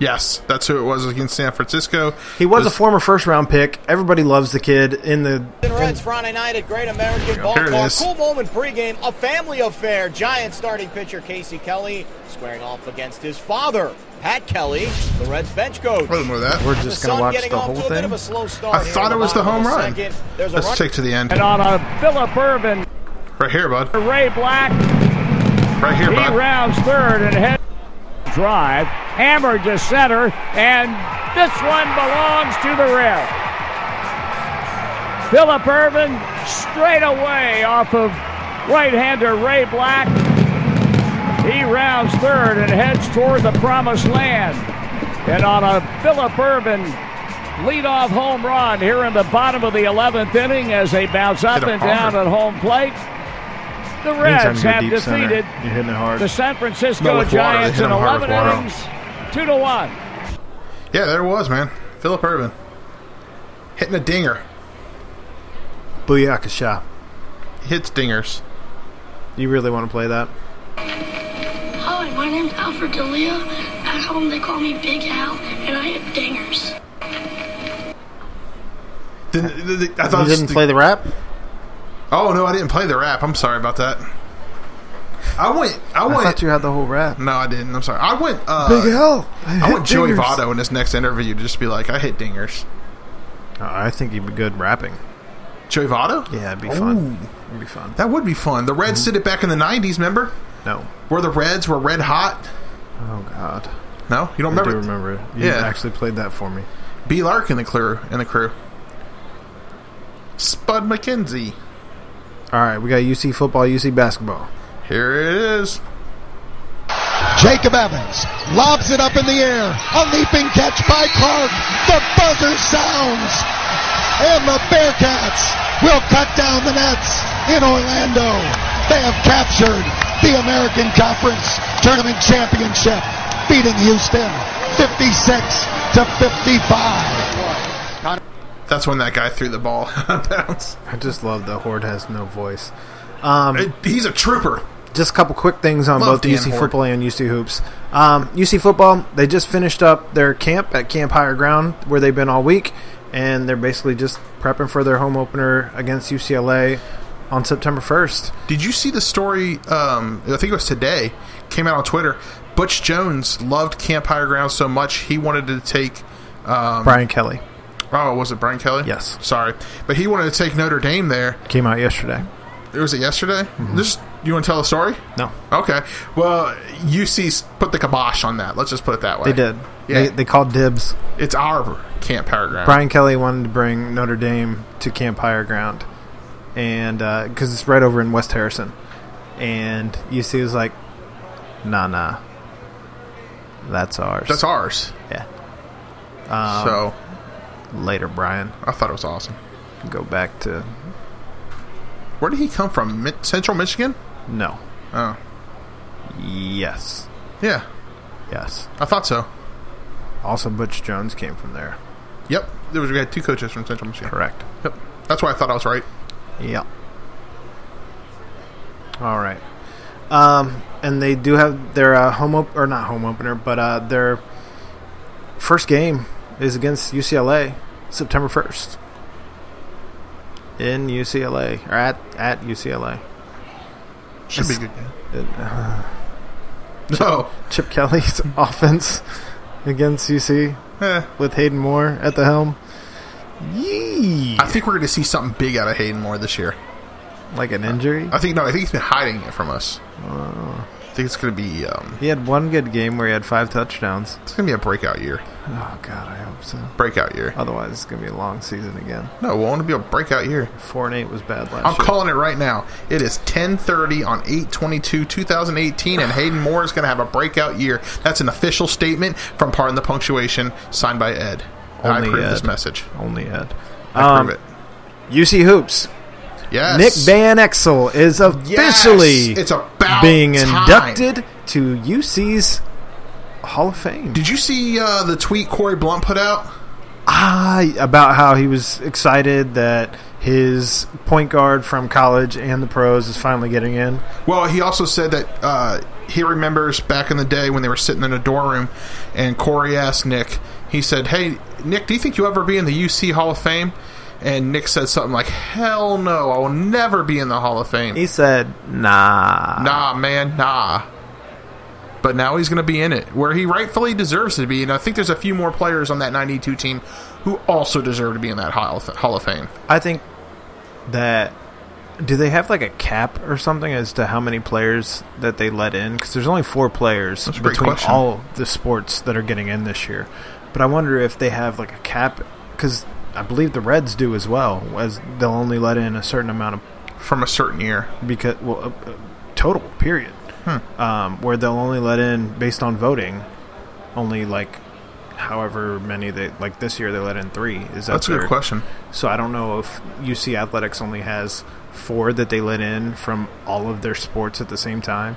Yes, that's who it was against San Francisco.
He was a
This-
former first round pick. Everybody loves the kid in the
Giants and Reds Friday night at Great American
Here it is.
Ballpark. Cool moment pregame, a family affair. Giant starting pitcher Casey Kelly squaring off against his father, Pat Kelly, the Reds bench coach.
I didn't know that.
we're
The
just gonna
Sun
watch
getting
the
off
whole
to a bit of
thing.
a slow start.
I
here in
thought it was the
bottom of
home
second.
run.
There's a
Let's
run-
take to the end.
And on a Philip Irvin,
Right here, bud.
Ray Black,
Right here,
he
bud.
rounds third and heads drive, hammered to center, and this one belongs to the Reds. Philip Irvin straight away off of right-hander Ray Black. He rounds third and heads toward the promised land. And on a Philip Irvin leadoff home run here in the bottom of the 11th inning as they bounce up
Hit a
and down at
bomber.
home plate. The
Anytime
Reds
you go
have
deep
defeated
center, you're hitting it hard.
the San Francisco
No, with water,
Giants
they hit
in
'em hard
11
with water.
innings, 2 to 1.
Yeah, there it was, man. Philip Irvin hitting a dinger.
Booyakasha.
He hits dingers.
You really want to play that?
Hi, Oh, my name's Alfred D'Elia. At home, they call me Big Al, and I hit dingers.
Didn't, th- th- I
You
thought
didn't
this-
play the rap?
Oh no, I didn't play the rap. I'm sorry about that. I went. I
I
went.
thought you had the whole rap.
no, I didn't. I'm sorry. I went. Uh,
Big L.
I want Joey
dingers.
Votto in his next interview to just be like, I hit dingers.
Oh, I think he'd be good rapping.
Joey Votto?
Yeah, Mm-hmm. it'd be fun. It'd be fun.
That would be fun. The Reds did it back in the 90s, remember?
No.
Where the Reds were red hot.
Oh God.
No, you don't
I
remember?
do remember. it. You
Yeah.
actually played that for me.
B. Lark in the crew. In the crew. Spud McKenzie.
All right, we got UC football, UC basketball.
Here it is.
Jacob Evans lobs it up in the air. A leaping catch by Clark. The buzzer sounds. And the Bearcats will cut down the Nets in Orlando. They have captured the American Conference Tournament Championship, beating Houston 56 to 55.
That's when that guy threw the ball out of bounds.
I just love the horde has no voice. Um,
It- he's a trooper.
just a couple quick things on
Love
both
Dan
UC
Hort.
football and UC hoops. Um, UC football, they just finished up their camp at Camp Higher Ground where they've been all week, and they're basically just prepping for their home opener against UCLA on September first.
Did you see the story? Um, I think it was today. Came out on Twitter. Butch Jones loved Camp Higher Ground so much he wanted to take. Um,
Brian Kelly
oh, was it Brian Kelly?
Yes.
Sorry, but he wanted to take Notre Dame there.
came out yesterday.
Was it yesterday?
Mm-hmm.
This you want to tell the story?
No,
Okay. Well, UC's put the kibosh on that. Let's just put it that way.
they did.
Yeah.
They, they called dibs.
It's our Camp Higher Ground.
Brian Kelly wanted to bring Notre Dame to Camp Higher Ground, and because it's right over in West Harrison, and UC was like, "Nah, nah, that's ours."
That's ours. Um,
Yeah.
so
Later, Brian.
I thought it was awesome.
Go back to
Where did he come from? Mi- Central Michigan?
no.
Oh,
Yes,
yeah.
yes.
I thought so.
Also, Butch Jones came from there.
Yep. There was we had two coaches from Central Michigan.
Correct.
Yep. That's why I thought I was right.
Yep. All right. Um, and they do have their uh, home op- or not home opener, but uh, their first game is against UCLA, September first. In UCLA or at at UCLA,
Should be a good game. No.
Chip Kelly's offense against UC
Eh,
with Hayden Moore at the helm. Yee!
I think we're going to see something big out of Hayden Moore this year.
Like an injury? Uh.
I think no. I think he's been hiding it from us. I think it's going to be um,
He had one good game where he had five touchdowns.
it's going to be a breakout year.
Oh God, I hope so.
Breakout year.
Otherwise, it's gonna be a long season again.
No, it won't be a breakout year.
Four and eight was bad last
I'm
year.
calling it right now. It is 10:30 on 8/22/2018, and Hayden Moore is going to have a breakout year. That's an official statement from Pardon the Punctuation, signed by Ed. I
Only
approve this
Ed.
message.
Only Ed.
I
Um,
approve it.
UC hoops.
Yes,
Nick Van Exel is
Yes!
officially
it's about
being
time.
inducted to UC's Hall of Fame.
Did you see uh, the tweet Corey Blunt put out?
I Ah, about how he was excited that his point guard from college and the pros is finally getting in.
Well, he also said that uh, he remembers back in the day when they were sitting in a dorm room, and Corey asked Nick. He said, "Hey, Nick, do you think you'll ever be in the UC Hall of Fame?" And Nick said something like, "Hell no, I will never be in the Hall of Fame."
He said, "Nah,
nah, man, nah. But now he's going to be in it, where he rightfully deserves to be. And I think there's a few more players on that 92 team who also deserve to be in that Hall of, Hall of Fame.
I think that." Do they have like a cap or something as to how many players that they let in? Because there's only four players
a great
between
question.
all the sports that are getting in this year. But I wonder if they have like a cap because I believe the Reds do as well, as they'll only let in a certain amount of
From a certain year.
because well, uh, uh, total period,
Hmm.
um, where they'll only let in based on voting, only like however many they like this year they let in three. Is that
That's a good
their-
question.
So I don't know if UC Athletics only has four that they let in from all of their sports at the same time,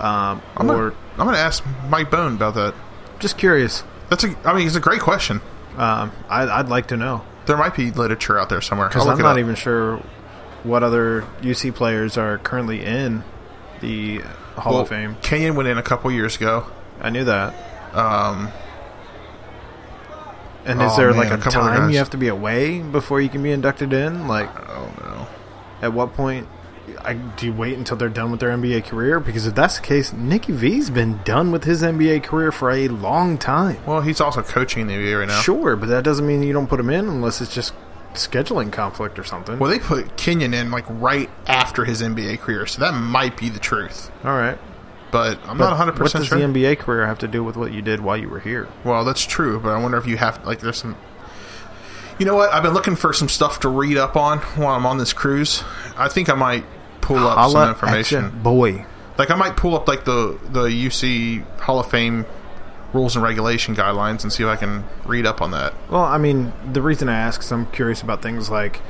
um,
I'm
or
gonna- I'm going to ask Mike Bone about that.
just curious.
That's a, I mean, it's a great question.
Um, I, I'd like to know
There might be literature out there somewhere.
because
I'll
I'm
look it
not
up.
even sure what other UC players are currently in the Hall
Well,
of Fame.
Kenyon went in a couple years ago.
I knew that.
Um,
And is
Oh,
there
man,
like
a
a,
couple other
time
guys.
you have to be away before you can be inducted in? Like,
oh no.
at what point I, do you wait until they're done with their NBA career? Because if that's the case, Nicky V's been done with his NBA career for a long time.
Well, he's also coaching the NBA right now.
Sure, but that doesn't mean you don't put him in unless it's just scheduling conflict or something.
Well, they put Kenyon in like right after his NBA career, so that might be the truth.
All right.
But I'm
But
not 100
what
percent
does
sure.
the NBA career have to do with what you did while you were here?
Well, that's true, but I wonder if you have like there's some. You know what? I've been looking for some stuff to read up on while I'm on this cruise. I think I might pull up
Holla
some
at ya,
information.
boy.
Like I might pull up like the the UC Hall of Fame rules and regulation guidelines and see if I can read up on that.
Well, I mean, the reason I ask is I'm curious about things like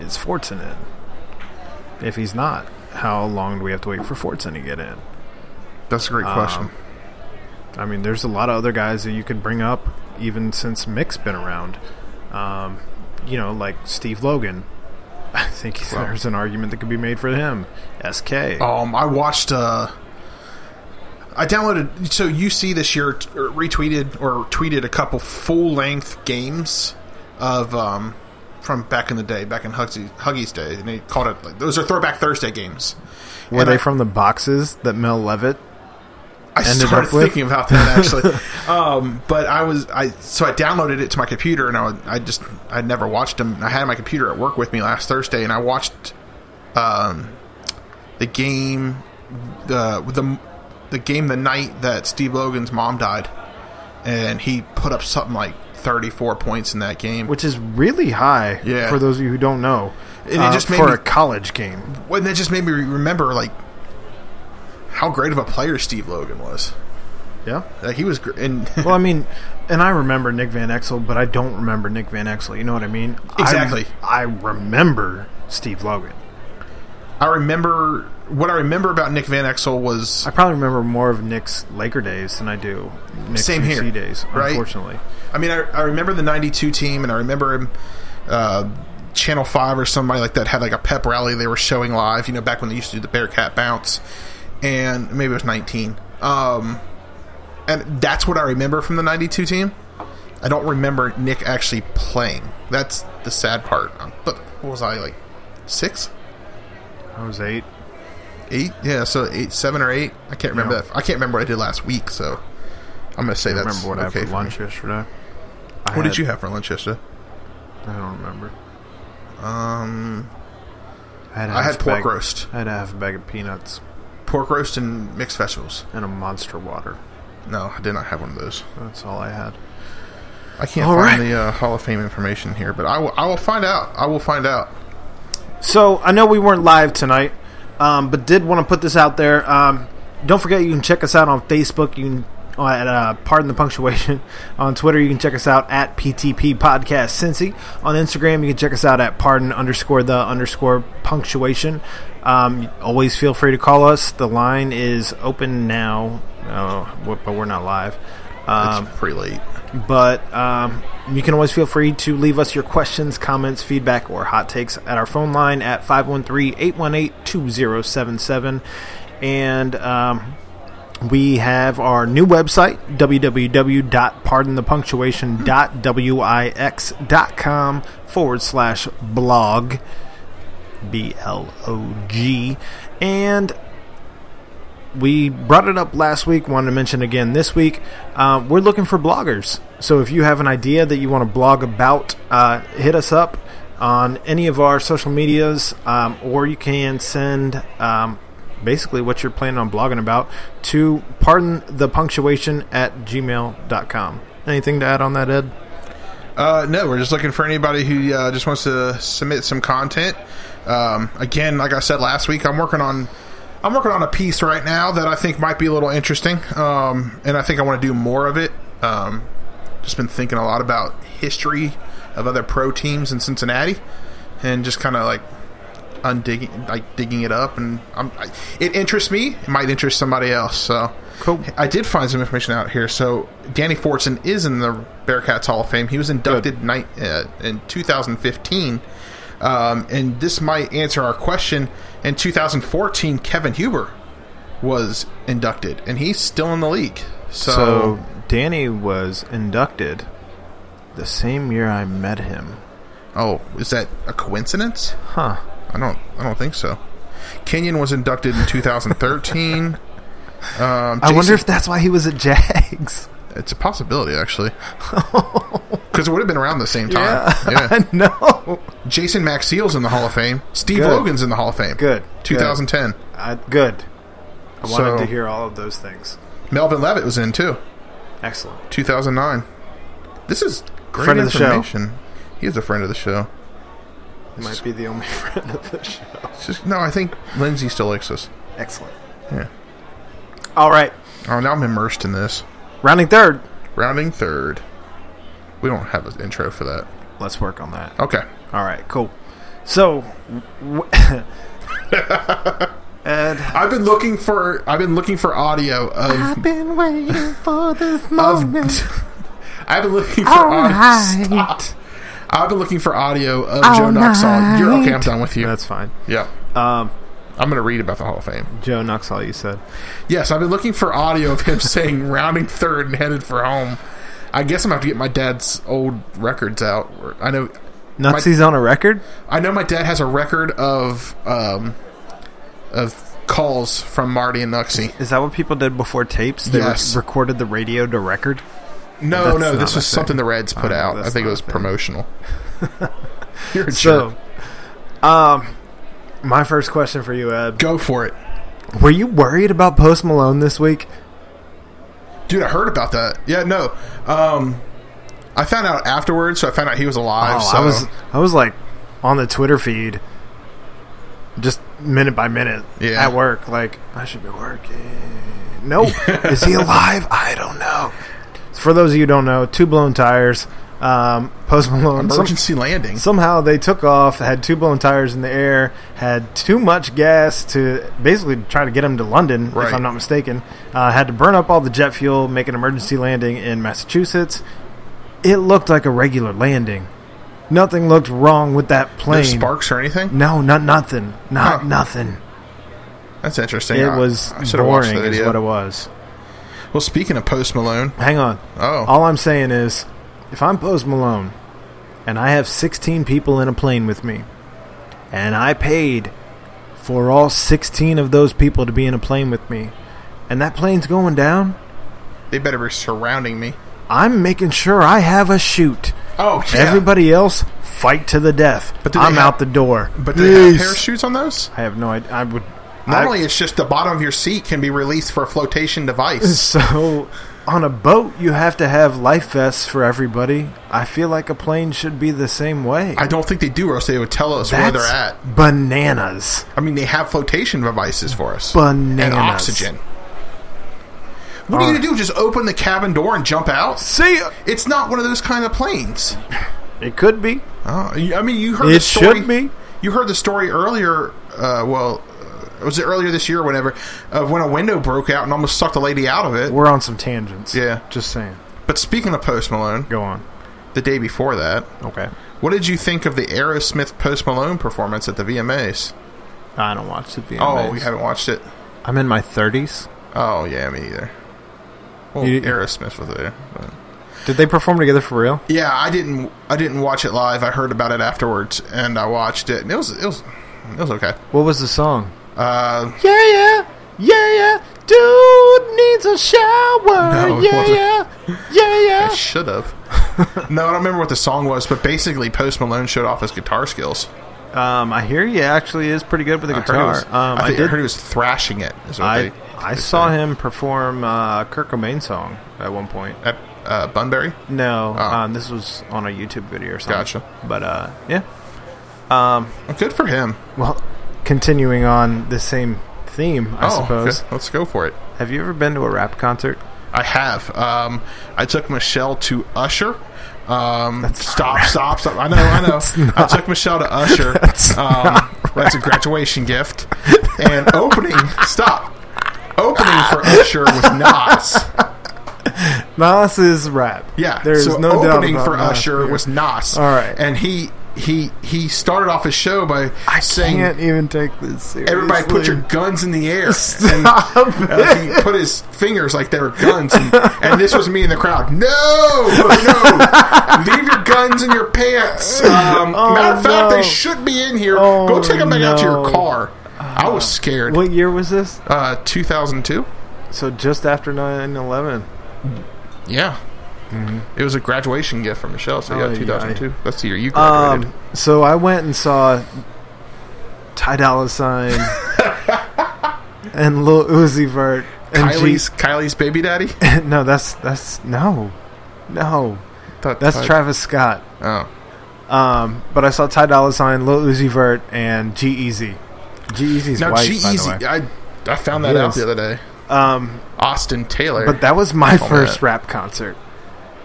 is Fortson in? If he's not, how long do we have to wait for Fortson to get in?
That's a great question.
I mean, there's a lot of other guys that you could bring up even since Mick's been around. Um, you know, like Steve Logan. I think there's an argument that could be made for him. SK.
Um, I watched. Uh, I downloaded. So UC this year t- or retweeted or tweeted a couple full length games of um, from back in the day, back in Hugsy's Huggy's day, and they called it like, those are Throwback Thursday games.
Were
and
they
I-
from the boxes that Mel Levitt?
I
ended
started
up with?
thinking about that actually, um, but I was I so I downloaded it to my computer and I would, I just I'd never watched them. I had my computer at work with me last Thursday and I watched um, the game the the the game the night that Steve Logan's mom died, and he put up something like thirty four points in that game.
Which is really high
Yeah.
for those of you who don't know.
And it
uh,
just made
for
me-
a college game.
Well, and that just made me remember like how great of a player Steve Logan was.
Yeah.
Like he was, gr- and
Well, I mean, and I remember Nick Van Exel, but I don't remember Nick Van Exel. You know what I mean? I-
Exactly.
I, remember Steve Logan.
I remember what I remember about Nick Van Exel was
I probably remember more of Nick's Laker days than I do Nick's
Same
UC
here,
days,
right?
unfortunately.
I mean I, I remember the '92 team and I remember him. Uh, Channel Five or somebody like that had like a pep rally they were showing live. You know, back when they used to do the Bearcat bounce, and maybe it was 19. Um, and that's what I remember from the '92 team. I don't remember Nick actually playing. That's the sad part. Um, But what was I like six?
I was eight.
eight yeah so eight seven or eight i can't remember
Yeah.
that i can't remember what i did last week so i'm gonna say
I
that's
remember what I
okay
had for lunch
me.
yesterday. I
what
had-
did you have for lunch yesterday
I don't remember.
um
I had, a
I
half
Um, had pork
bag-
roast.
I had a half a bag of peanuts.
pork roast and mixed vegetables.
and a monster water.
No, I did not have one of those.
That's all I had.
I can't
All
find
right.
the uh, Hall of Fame information here, but I will. I will find out. I will find out.
So I know we weren't live tonight, um, but did want to put this out there. Um, don't forget you can check us out on Facebook. You can uh, at uh, pardon the punctuation on Twitter. You can check us out at PTP Podcast Cincy on Instagram. You can check us out at pardon underscore the underscore punctuation. Um, always feel free to call us. The line is open now, uh, w- but we're not live.
It's
Um,
pretty late.
but um, you can always feel free to leave us your questions, comments, feedback, or hot takes at our phone line at 513 818 2077. And um, we have our new website, www.pardonthepunctuation.wix.com forward slash blog, B L O G. And we brought it up last week wanted to mention again this week uh, we're looking for bloggers so if you have an idea that you want to blog about uh, hit us up on any of our social medias um, or you can send um, basically what you're planning on blogging about to pardon the punctuation at gmail.com anything to add on that ed
Uh, no, we're just looking for anybody who uh, just wants to submit some content. Um, again, like I said last week, I'm working on I'm working on a piece right now that I think might be a little interesting, um, and I think I want to do more of it. Um, just been thinking a lot about history of other pro teams in Cincinnati, and just kind of like undigging, like digging it up, and I'm, I, it interests me. It might interest somebody else. So
Cool.
I did find some information out here. So Danny Fortson is in the Bearcats Hall of Fame. He was inducted ni- uh, in 2015. Um, and this might answer our question. In 2014, Kevin Huber was inducted, and he's still in the league. So,
so danny was inducted the same year i met him
oh, is that a coincidence?
huh
I don't, I don't think so. Kenyon was inducted in 2013. um,
i wonder
Jason-
if that's why he was at jags
It's a possibility, actually. Because it would have been around the same time. Yeah.
i know
Jason Maxiel's in the Hall of Fame. Steve
Good.
Logan's in the Hall of Fame.
Good.
2010.
I, good. I wanted
So-
to hear all of those things.
Melvin Levitt was in, too.
Excellent.
2009. This is great
Friend of the show.
information. He is a friend of the show.
You might be the only friend of the show.
It's just- no, I think Lindsay still likes us.
Excellent.
Yeah.
All right.
Oh, now I'm immersed in this.
Rounding third.
Rounding third. We don't have an intro for that.
Let's work on that.
Okay.
All right. Cool. So, w- Ed,
I've been looking for I've been looking for audio of
been waiting for this
of- I've been looking for audio. Stop. I've been looking for audio of Joe Knoxall. You're okay. I'm done with you.
That's fine.
yeah.
Um,
I'm gonna read about the Hall of Fame.
Joe Knoxall, you said.
Yes, I've been looking for audio of him saying rounding third and headed for home. I guess I'm gonna have to get my dad's old records out. I know.
Nuxie's on a record?
I know my dad has a record of um, of calls from Marty and Nuxie.
Is that what people did before tapes? They
Yes.
re- recorded the radio to record?
No,
That's
no,
not a
this was
thing.
something the Reds put
Oh, no,
out. I
that's
think
not
it was
a thing.
promotional. You're a jerk.
So, um, my first question for you, Ed.
Go for it,
Were you worried about Post Malone this week?
dude. I heard about that. Yeah, no. Um, I found out afterwards, so I found out he was alive.
Oh,
so.
I was, I was like on the Twitter feed, just minute by minute
Yeah.
at work. Like I should be working. Nope. Is he alive? I don't know. For those of you who don't know, two blown tires. Um, Post Malone some-
emergency landing.
Somehow they took off, had two blown tires in the air, had too much gas to basically try to get him to London,
Right.
if I'm not mistaken. Uh, had to burn up all the jet fuel, make an emergency landing in Massachusetts. It looked like a regular landing. Nothing looked wrong with that
No
plane. Mm,
sparks or anything.
No, not nothing. Not
Huh.
nothing.
That's interesting.
It
I-
was
I should've watched
boring,
the
is
video.
what it was.
Well, speaking of Post Malone,
Hang on.
oh,
All I'm saying is, if I'm Post Malone and I have 16 people in a plane with me, and I paid for all 16 of those people to be in a plane with me, and that plane's going down,
they better be surrounding me.
I'm making sure I have a shoot.
Oh, yeah.
Everybody else, fight to the death.
But do they
I'm
have-
out the door.
But do they have
Peace.
parachutes on those?
I have no idea. I would.
Normally, it's just the bottom of your seat can be released for a flotation device.
So, on a boat, you have to have life vests for everybody. I feel like a plane should be the same way.
I don't think they do, or else they would tell us where they're at.
Bananas.
I mean, they have flotation devices for us and
Bananas.
oxygen. What are you gonna do? Just open the cabin door and jump out?
See, ya.
It's not one of those kind of planes.
it could be.
Oh, you- I mean, you heard
It
the story.
should be.
You heard the story earlier. Uh, well, uh, was it earlier this year or whatever? Of when a window broke out and almost sucked a lady out of it.
We're on some tangents.
Yeah.
Just saying.
But speaking of Post Malone,
Go on.
the day before that,
Okay.
what did you think of the Aerosmith Post Malone performance at the VMAs?
I don't watch the VMAs.
Oh, you haven't watched it?
I'm in my 30s.
Oh yeah, me either. Well,
You-
Aerosmith was there. but-
Did they perform together for real?
Yeah, I didn't. I didn't watch it live. I heard about it afterwards, and I watched it. And it was. It was. It was okay.
What was the song?
Uh,
Yeah, yeah, yeah, yeah. Dude needs a shower.
No, it
yeah,
wasn't.
yeah, yeah,
I
yeah.
should have. no, I don't remember what the song was, but basically, Post Malone showed off his guitar skills.
Um, I hear he actually is pretty good with the
I heard,
guitar.
he was,
um,
I,
I,
think, I
did.
heard he was thrashing it. Is what
I
they,
I
they
saw
said.
him perform uh, Kurt Cobain song at one point.
at uh, Bunbury.
No,
Oh.
um, this was on a YouTube video or something.
Gotcha.
But uh, yeah.
Good for him.
Well, continuing on the same theme, I
oh,
suppose.
okay. let's go for it.
Have you ever been to a rap concert?
I have. Um, I took Michelle to Usher. Um, stop, stop, stop. I know, I know. I took Michelle to Usher. That's, um, that's a graduation gift. And opening, stop. Opening for
Ah.
Usher was Nas.
Nas is rap.
Yeah,
there is
so
no doubt
opening
about
for
Nas
Usher
here.
was Nas.
All right.
and he he he started off his show by
I
saying,
can't even take this seriously.
"Everybody, put your guns in the air."
Stop
and, uh, he put his fingers like they were guns, and, and this was me in the crowd. No, no, leave your guns in your pants. Um,
Oh,
matter of fact,
no.
they should be in here.
Oh,
Go take them back out to your
no. Uh,
car. I was scared.
What year was this?
Uh, 2002.
So just after 9-11.
Yeah.
Mm-hmm.
It was a graduation gift from Michelle, so
Oh,
yeah,
yeah.
2002. That's the year you graduated.
Um, so I went and saw Ty Dolla Sign and Lil Uzi Vert. And
Kylie's Kylie's baby daddy.
G- no, that's that's no, no,
Thought-
that's
thought-
Travis Scott.
Oh,
Um, but I saw Ty Dolla Sign, Lil Uzi Vert, and G Easy. G Easy's
now
white,
G Easy.
by the way.
I I found that
Yes.
out the other day.
Um,
Austin Taylor.
but that was my
Oh,
first
man.
rap concert,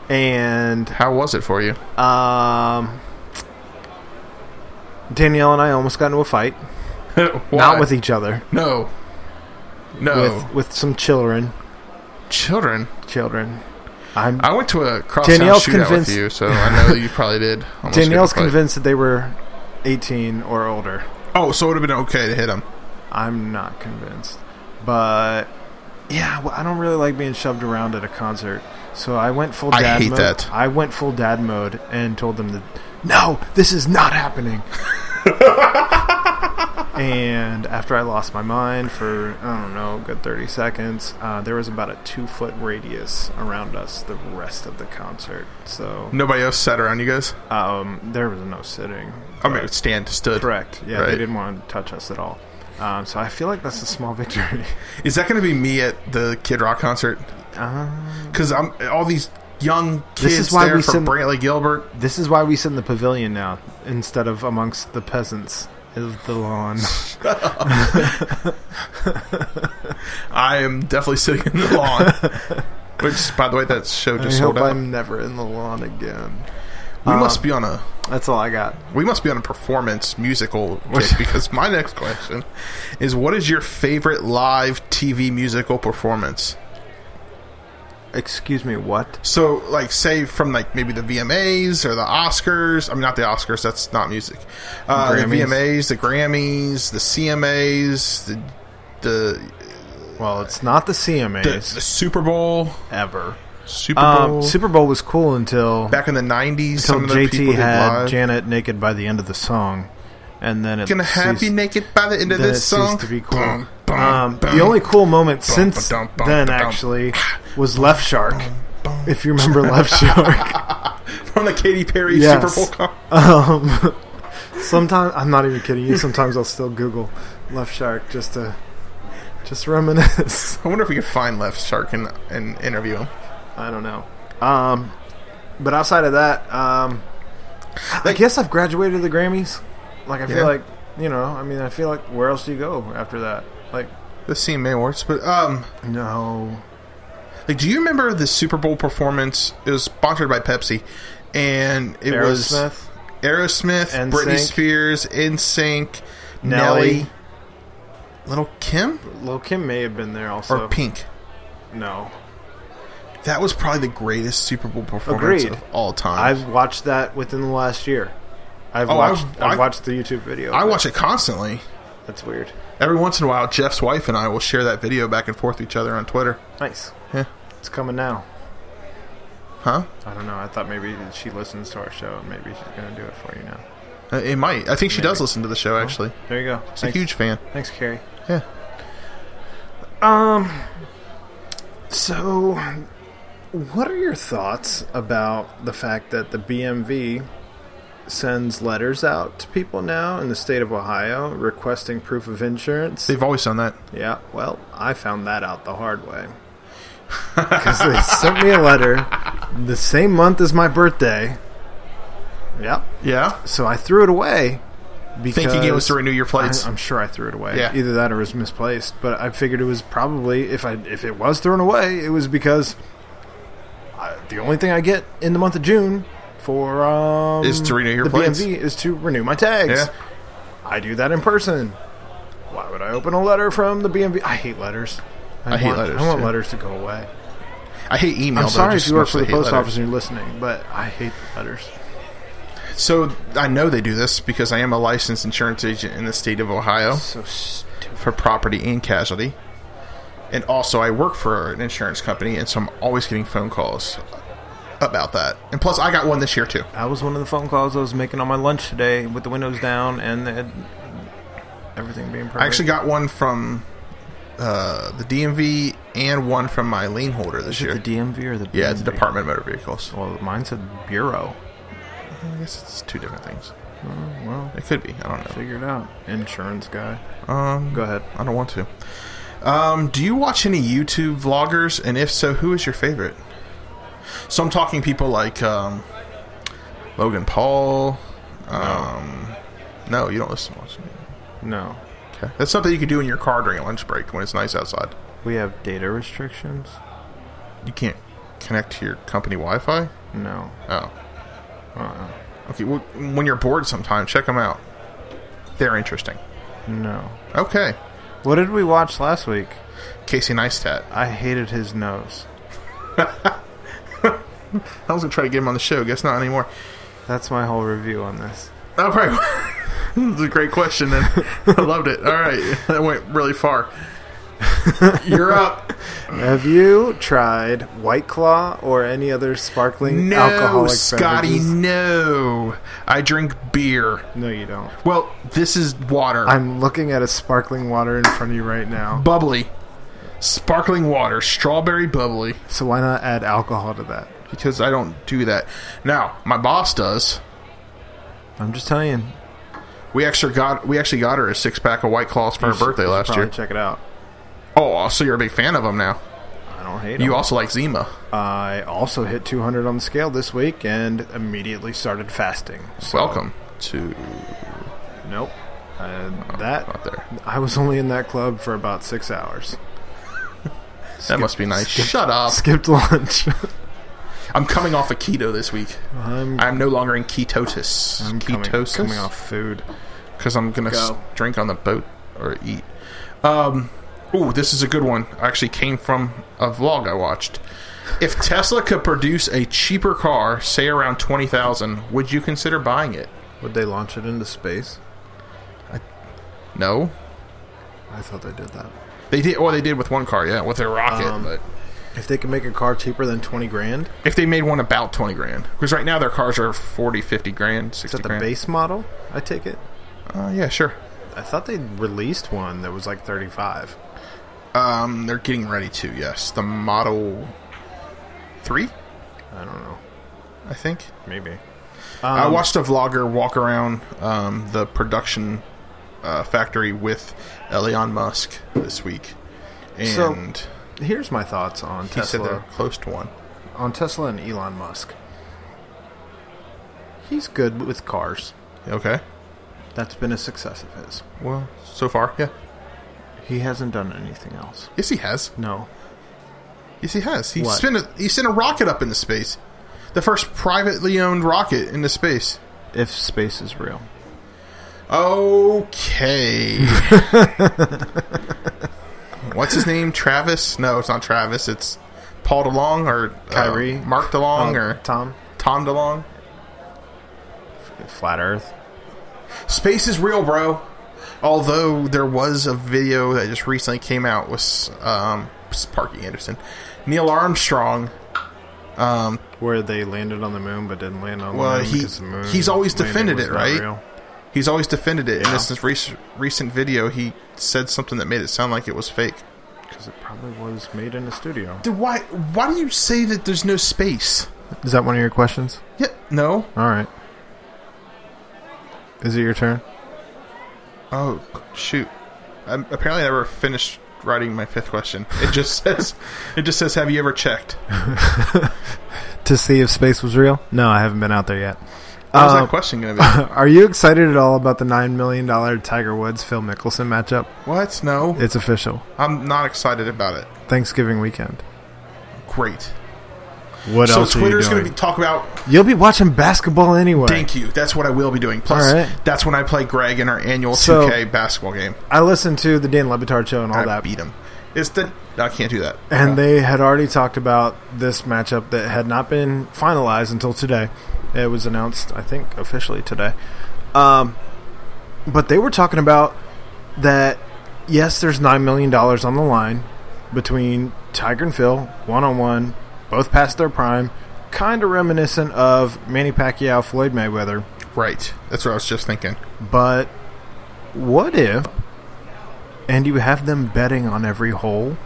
and
How was it for you?
Um, Danielle and I almost got into a fight. Not
Why?
with each other,
no, no
with with some children.
children.
Children. I'm
I went to a crosstown
Danielle's
shootout
convinced-
with you, so I know that you probably did. almost get in a
Danielle's
fight.
convinced that they were 18 or older.
Oh, so it would have been okay to hit him.
I'm not convinced, but yeah, well, I don't really like being shoved around at a concert. So I went full
I
dad
hate
mode.
that.
I went full dad mode and told them that no, this is not happening. and after I lost my mind for I don't know, a good thirty seconds, uh, there was about a two foot radius around us the rest of the concert. So
Nobody else sat around you guys.
um, there was no sitting.
I mean, stand stood.
Correct. Yeah,
Right.
they didn't want to touch us at all. Um, so I feel like that's a small victory.
Is that going to be me at the Kid Rock concert? Because I'm all these young kids
Uh-huh. This is why
there
we
from
send-
Brantley Gilbert.
This is why we sit in the pavilion now instead of amongst the peasants of the lawn.
I am definitely sitting in the lawn. Which, by the way, that show
I
just
hope
sold out.
I'm uh, never in the lawn again.
we must be on a
That's all I got.
we must be on a performance musical kick because my next question is: What is your favorite live TV musical performance?
Excuse me, what?
So, like, say from like maybe the VMAs or the Oscars. I mean, not the Oscars. That's not music. Uh, the
Grammys.
VMAs, the Grammys, the CMAs, the the,
Well, it's not the
the,
CMAs
the Super Bowl,
ever.
Super Bowl.
Um, Super Bowl was cool until
Back in the nineties,
until
some of the
JT
people did
had
live.
Janet naked by the end of the song, and then it
gonna have you
ceased-
naked by the end of
then
this
it ceased
song.
to be cool.
Bum, bum,
um,
bum,
the only cool moment
bum,
since
bum, bum,
then
bum, bum.
actually was Left Shark.
bum.
If you remember Left Shark.
from the Katy Perry
Yes.
Super Bowl. Con-
Um, sometimes I'm not even kidding you. Sometimes I'll still Google left shark just to Just reminisce.
I wonder if we could find Left Shark and, and interview him.
I don't know. Um, but outside of that, um, I
Like-
guess I've graduated the Grammys. Like I feel
Yeah.
like you know. I mean, I feel like where else do you go after that? Like
The CMA Awards, but um,
no.
like, do you remember the Super Bowl performance? It was sponsored by Pepsi, and it
Aerosmith.
was Aerosmith, Britney
NSYNC.
Spears, NSYNC,
Nelly.
Nelly, Little Kim,
Lil Kim may have been there also.
or Pink.
No,
That was probably the greatest Super Bowl performance
Agreed.
of all time.
I've watched that within the last year. I've
Oh,
watched.
I've-
I've,
I've-
watched the YouTube video.
I watch it constantly.
That's weird.
Every once in a while, Jeff's wife and I will share that video back and forth with each other on Twitter.
Nice.
Yeah.
It's coming now.
Huh?
I don't know. I thought maybe she listens to our show and maybe she's gonna do it for you now.
Uh, It might. I think she does listen to the show, actually.
There you go.
She's a
Thanks.
huge fan.
Thanks, Carrie.
Yeah.
Um. So, what are your thoughts about the fact that the BMV sends letters out to people now in the state of Ohio requesting proof of insurance?
They've always done that.
Yeah, well, I found that out the hard way. Because they sent me a letter the same month as my birthday. Yep.
Yeah.
So I threw it away. Because
Thinking it was to renew your plates.
I, am sure I threw it away.
Yeah.
Either that or it was misplaced. But I figured it was probably, if I if it was thrown away, it was because I, the only thing I get in the month of June for um,
Is to renew your
the
plates.
BMV is to renew my tags.
Yeah.
I do that in person. Why would I open a letter from the BMV? I hate letters.
I hate
want-
letters,
I want
yeah.
letters to go away.
I hate email.
I'm
though,
sorry
just
if you work
as
for
much
the
as I hate
post office
letters.
and you're listening, but I hate letters.
So I know they do this because I am a licensed insurance agent in the state of Ohio
So stupid.
for property and casualty, and also I work for an insurance company, and so I'm always getting phone calls about that. And plus, I got one this year too.
I was one of the phone calls I was making on my lunch today with the windows down and the, everything being perfect.
I actually got one from uh, the DMV and one from my lien holder this
Is it
year.
the DMV or the BMV?
yeah, it's the Department of Motor Vehicles.
Well, mine said bureau.
I guess it's two different things.
Oh,
well, it could be. I don't know.
Figure it out. Insurance guy.
Um,
Go ahead.
I don't want to. Um, do you watch any YouTube vloggers? And if so, who is your favorite? So I'm talking people like um, Logan Paul. Um, no. you don't listen to watch.
No,
Okay, that's something you could do in your car during a lunch break when it's nice outside.
we have data restrictions.
You can't connect to your company Wi-Fi.
No,
Oh. Uh, Okay. Well, when you're bored, sometime check them out. They're interesting.
no.
Okay.
What did we watch last week?
Casey Neistat.
I hated his nose.
I was gonna try to get him on the show. Guess not anymore.
That's my whole review on this.
All right. this is a great question, and I loved it. All right, that went really far. You're up.
Have you tried White Claw or any other sparkling
No,
alcoholic
Scotty.
beverages?
No, I drink beer.
No, you don't.
Well, this is water.
I'm looking at a sparkling water in front of you right now.
bubbly, sparkling water, strawberry bubbly.
So why not add alcohol to that?
Because I don't do that. Now, my boss does.
I'm just telling you.
We actually got we actually got her a six pack of White Claws for her birthday last
Probably
year.
Check it out.
Oh, so you're a big fan of them now.
I don't hate
You
them.
also like Zima.
I also hit 200 on the scale this week and immediately started fasting. So,
Welcome to
Nope. Uh,
out
that
there.
I was only in that club for about six hours.
that must be nice. Shut up.
Skipped lunch.
I'm coming off of keto this week.
I'm,
I'm no longer in ketosis.
I'm coming,
ketosis?
coming off food.
Because I'm going to s-
Go.
drink on the boat or eat. Um, ooh, this is a good one. Actually came from a vlog I watched. If Tesla could produce a cheaper car, say around 20000 would you consider buying it?
Would they launch it into space?
No.
I thought they did that.
They did. Well, they did with one car, yeah, with their rocket.
Um,
but
If they can make a car cheaper than 20 grand,
if they made one about 20 grand. Because right now their cars are 40, 50 grand, 60
is that the
grand.
base model? I take it.
Uh, yeah, sure.
I thought they released one that was like 35.
Um, they're getting ready to. Yes, the Model Three,
I don't know.
I think.
Maybe.
I watched a vlogger walk around um, the production uh, factory with Elon Musk this week,
So-
and
Here's my thoughts on
he said they're
Tesla
close to one.
on Tesla and Elon Musk. He's good with cars.
Okay.
That's been a success of his.
Well, so far, yeah.
He hasn't done anything else.
Yes, he has.
No.
Yes, he has. He
What?
sent a he sent a rocket up into space, the first privately owned rocket into space.
If space is real.
Okay. What's his name? Travis? No, it's not Travis. It's Paul DeLong or uh,
Kyrie.
Mark DeLong
Uh,
or
Tom?
Tom DeLong.
Flat Earth.
Space is real, bro. Although there was a video that just recently came out with um, Sparky Anderson, Neil Armstrong.
Where they landed on the moon but didn't land on
Well,
the moon
he-
because the moon.
he's always
landing
defended
was
it,
not
right?
real.
He's always defended it. In
Yeah.
this, this rec- recent video, he said something that made it sound like it was fake.
Because it probably was made in a studio.
Dude, why? Why do you say that there's no space?
Is that one of your questions?
Yeah, no.
All right. Is it your turn?
Oh shoot! I'm, apparently, I never finished writing my fifth question. It just says, "It just says, have you ever checked?"
To see if space was real? No, I haven't been out there yet.
How's
Um,
that question gonna be?
Are you excited at all about the nine million dollar Tiger Woods Phil Mickelson matchup?
what? No,
It's official.
I'm not excited about it.
Thanksgiving weekend.
Great.
What
so
else
Twitter's
are you
gonna
doing?
be talk about.
You'll be watching basketball anyway.
Thank you. That's what I will be doing. Plus,
All right.
that's when I play Greg in our annual
So-
2K basketball game.
I listened to the Dan Le Batard show and all
I
that,
beat him. It's the no, I can't do that.
and they had already talked about this matchup that had not been finalized until today. It was announced, I think, officially today. Um, but they were talking about that. Yes, there's nine million dollars on the line between Tiger and Phil, one on one, both past their prime. Kind of reminiscent of Manny Pacquiao, Floyd Mayweather,
Right. That's what I was just thinking.
but what if, and you have them betting on every hole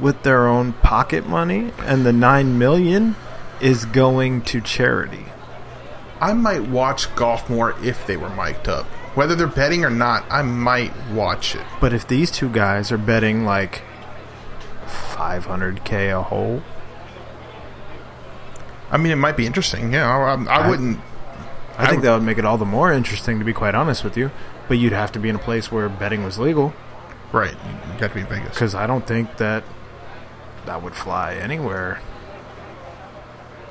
with their own pocket money, and the nine million is going to charity?
I might watch golf more if they were mic'd up. Whether they're betting or not, I might watch it.
But if these two guys are betting like 500k a hole,
I mean, it might be interesting. Yeah, I, I, I wouldn't.
I, think
would-
that would make it all the more interesting, to be quite honest with you. But you'd have to be in a place where betting was legal,
Right, you got to be in Vegas.
because I don't think that that would fly anywhere.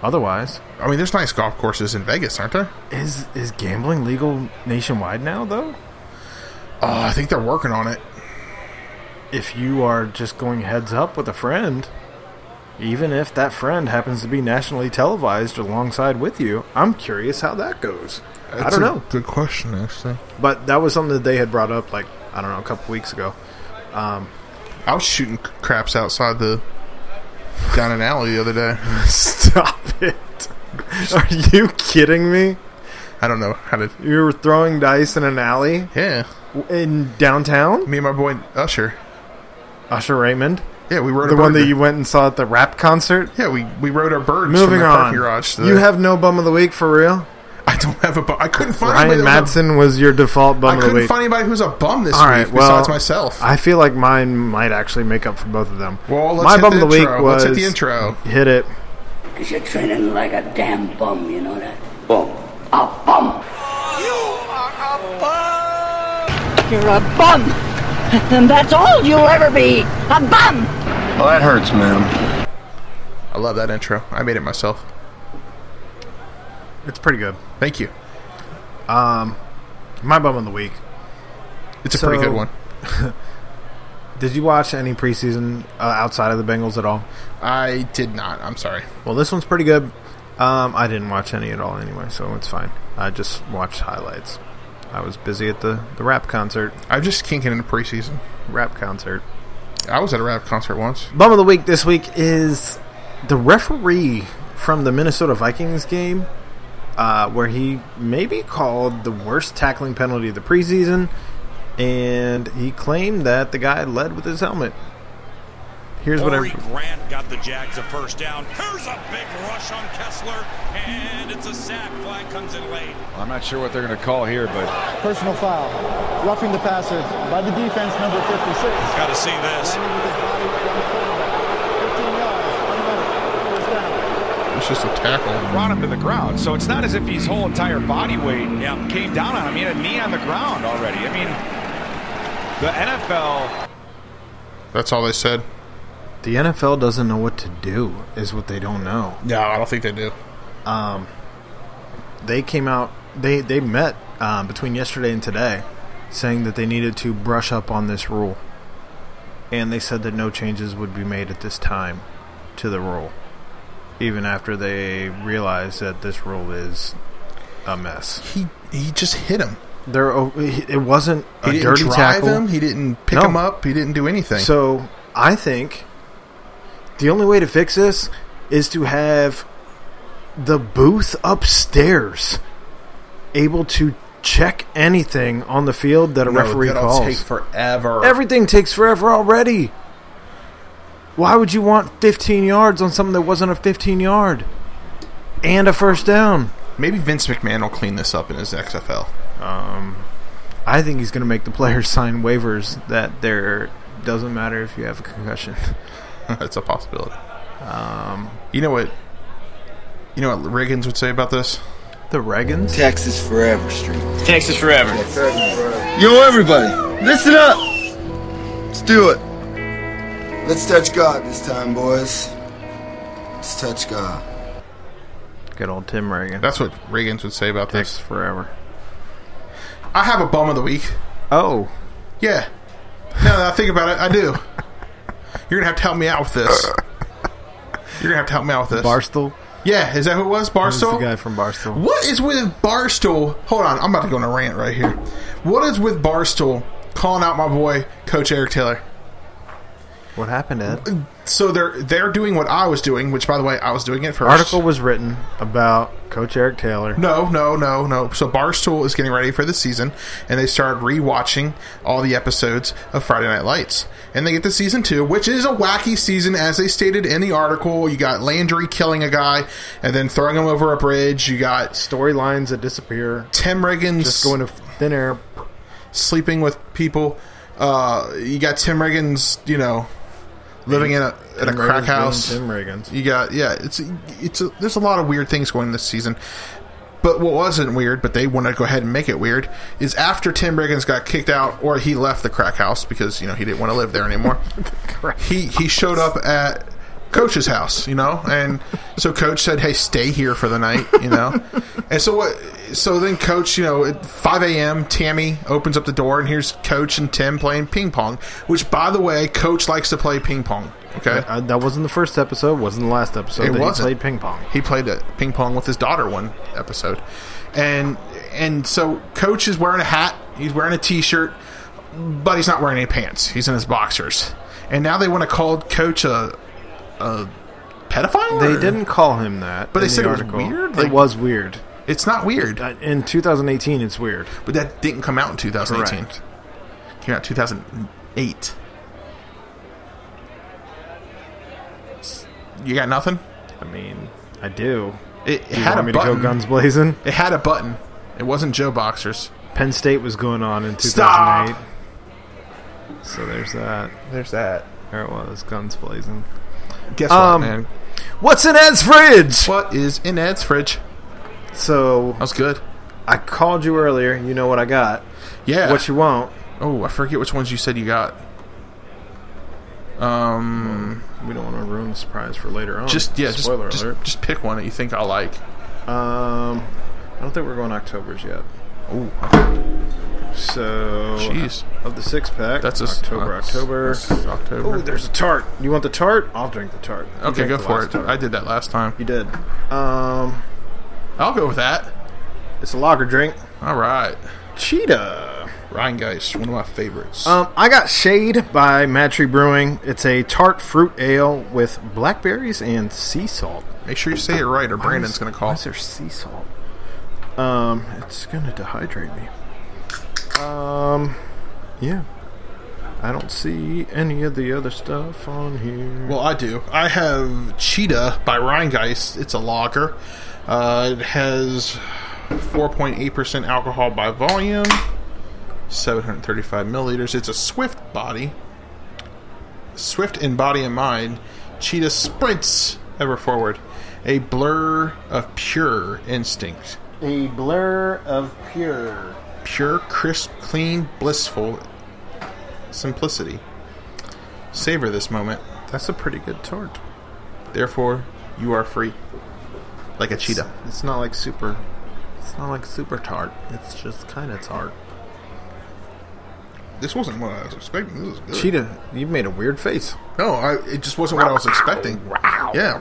Otherwise,
I mean, there's nice golf courses in Vegas, aren't there?
Is is gambling legal nationwide now though? Uh,
Oh, I think they're working on it.
If you are just going heads up with a friend, even if that friend happens to be nationally televised alongside with you, I'm curious how that goes. I don't know.
Good question, actually.
But that was something that they had brought up like, I don't know, a couple weeks ago.
I was shooting c- craps outside the down an alley the other day.
Stop it. Are you kidding me?
I don't know how to.
You were throwing dice in an alley
Yeah,
in downtown?
me and my boy Usher.
Usher Raymond?
Yeah, we rode
The
a
one
bird.
that you went and saw at the rap concert?
Yeah, we we rode our birds from
Moving
the
on.
parking garage. To the,
You have no bum of the week for real?
I don't have a bum. I couldn't find
Ryan
anybody that was a-
Madsen was your default bum
I
of the
couldn't
week.
find anybody who's a bum this
All
week
right, well,
besides myself.
I feel like mine might actually make up for both of them.
well, let's
my
hit
bum
the
of the week
intro.
was
let's hit the intro.
Hit it.
Because you're training like a damn bum, you know that? Bum. A bum.
You're a bum! And that's all you'll ever be! A bum!
I love that intro. I made it myself.
It's pretty good.
Thank you.
My bum of the week.
It's a
So-
pretty good one.
Did you watch any preseason uh, outside of the Bengals at all?
I did not. I'm sorry.
Well, this one's pretty good. Um, I didn't watch any at all anyway, so it's fine. I just watched highlights. I was busy at the, the rap concert.
I'm just kinking in the preseason.
Rap concert.
I was at a rap concert once.
Bum of the week this week is the referee from the Minnesota Vikings game, uh, where he maybe called the worst tackling penalty of the preseason, and he claimed that the guy led with his helmet. Here's what I.
Grant got the Jags a first down. Here's a big rush on Kessler, and it's a sack. Flag comes in late.
I'm not sure what they're going to call here, but
Personal foul. Roughing the passer by the defense, number 56.
Got to see this.
Landing with his body right on
It's just a tackle.
Brought him to the ground. So it's not as if his whole entire body weight came down on him. He had a knee on the ground already. I mean, the NFL.
That's all they said.
The NFL doesn't know what to do, is what they don't know.
No, I don't think they do.
Um, they came out, they, they met um, between yesterday and today saying that they needed to brush up on this rule. And they said that no changes would be made at this time to the rule, even after they realized that this rule is a mess.
He he just hit him.
There, o- it wasn't a
He didn't
dirty
drive
tackle.
him. He didn't pick
No.
him up. He didn't do anything.
So I think the only way to fix this is to have the booth upstairs able to check anything on the field that a
No,
referee
that'll
calls.
take forever.
Everything takes forever already. Why would you want 15 yards on something that wasn't a 15 yard and a first down?
Maybe Vince McMahon will clean this up in his XFL.
Um, I think he's going to make the players sign waivers that there doesn't matter if you have a concussion.
That's a possibility. Um, you know what? You know what Riggins would say about this?
The Reagans?
Texas forever, Street.
Texas forever.
Yo, everybody, listen up. Let's do it. Let's touch God this time, boys. Let's touch God.
Good old Tim Reagan.
That's what Riggins would say about this.
forever.
I have a bum of the week.
Oh.
Yeah. Now that I think about it, I do. You're going to have to help me out with this. You're going to have to help me out with this.
Barstool?
Yeah, is that who it was?
Who's the
Barstool?
guy from Barstool?
What is with Barstool? Hold on, I'm about to go on a rant right here. What is with Barstool calling out my boy, Coach Eric Taylor?
What happened, Ed?
So they're they're doing what I was doing, which by the way, I was doing it first.
Article was written about Coach Eric Taylor.
No, no, no, no. So Barstool is getting ready for the season, and they started rewatching all the episodes of Friday Night Lights, and they get to season two, which is a wacky season, as they stated in the article. You got Landry killing a guy and then throwing him over a bridge. You got
storylines that disappear.
Tim Riggins
Just going to thin air,
sleeping with people. Uh, you got Tim Riggins, you know, living in a in a
Tim
crack
Reagan's
house.
being Tim Reagan's.
You got yeah. It's it's a, there's a lot of weird things going this season. But what wasn't weird, but they want to go ahead and make it weird, is after Tim Riggins got kicked out or he left the crack house because you know he didn't want to live there anymore. he he showed up at coach's house, you know, and so coach said, "Hey, stay here for the night," you know, and so what? So then coach, you know, at five a.m., Tammy opens up the door and here's coach and Tim playing ping pong, which by the way, coach likes to play ping pong. Okay,
Uh, that wasn't the first episode. Wasn't the last episode. that he played ping pong.
He played uh, ping pong with his daughter one episode, and and so coach is wearing a hat. He's wearing a t-shirt, but he's not wearing any pants. He's in his boxers, and now they want to call coach a a pedophile.
They
or-
didn't call him that.
But they
in the
said it was
article.
weird?
it
Like-
was weird. Uh,
It's not weird.
In 2018, it's weird.
But that didn't come out in 2018.
Correct.
Came out 2008. S- You got nothing?
I mean, I do.
It
Do you
had
want
a
me
button.
to go guns blazing?
It had a button. It wasn't Joe Boxers.
Penn State was going on in
Stop!
2008. So there's that.
There's that.
There it was, guns blazing.
Guess
Um,
what, man?
What's in Ed's fridge?
What is in Ed's fridge?
So
That was good.
I called you earlier. You know what I got.
Yeah.
What you Oh, want?
Oh, I forget which ones you said you got. Um,
We don't want to ruin the surprise for later on.
just yeah, just,
Spoiler
just
alert.
just pick one that you think I like.
Um, I don't think we're going October's yet.
Oh,
So
Jeez.
of the six pack,
That's a s-
October.
that's-
October.
that's October.
Oh, there's a tart. You want the tart? I'll drink the tart. You
okay,
drank
go
the
for
last
it.
tart.
I did that last time.
You did. Um,
I'll go with that.
it's a lager drink.
All right,
Cheetah.
Ryan Geist, one of my favorites.
Um, I got Shade by Matry Brewing. It's a tart fruit ale with blackberries and sea salt.
Make sure you say it right, or Brandon's gonna
Why
call.
is there sea salt? Um, it's gonna dehydrate me. Um, yeah. I don't see any of the other stuff on here.
Well, I do. I have Cheetah by Rheingeist. It's a lager. Uh, it has 4.8% alcohol by volume, 735 milliliters. It's a swift body. Swift in body and mind. Cheetah sprints ever forward. a blur of pure instinct.
A blur of pure.
Pure, crisp, clean, blissful simplicity. Savor this moment. That's a pretty good tort. Therefore, you are free. Like a cheetah.
It's, it's not like super. It's not like super tart. It's just kind of tart.
This wasn't what I was expecting. This was good.
Cheetah, you made a weird face.
No, I, it just wasn't what I was expecting. Yeah.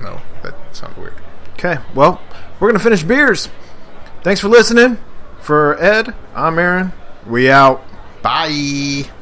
No, that sounds weird.
Okay, well, we're gonna finish beers. Thanks for listening. For Ed, I'm Aaron. We out.
Bye.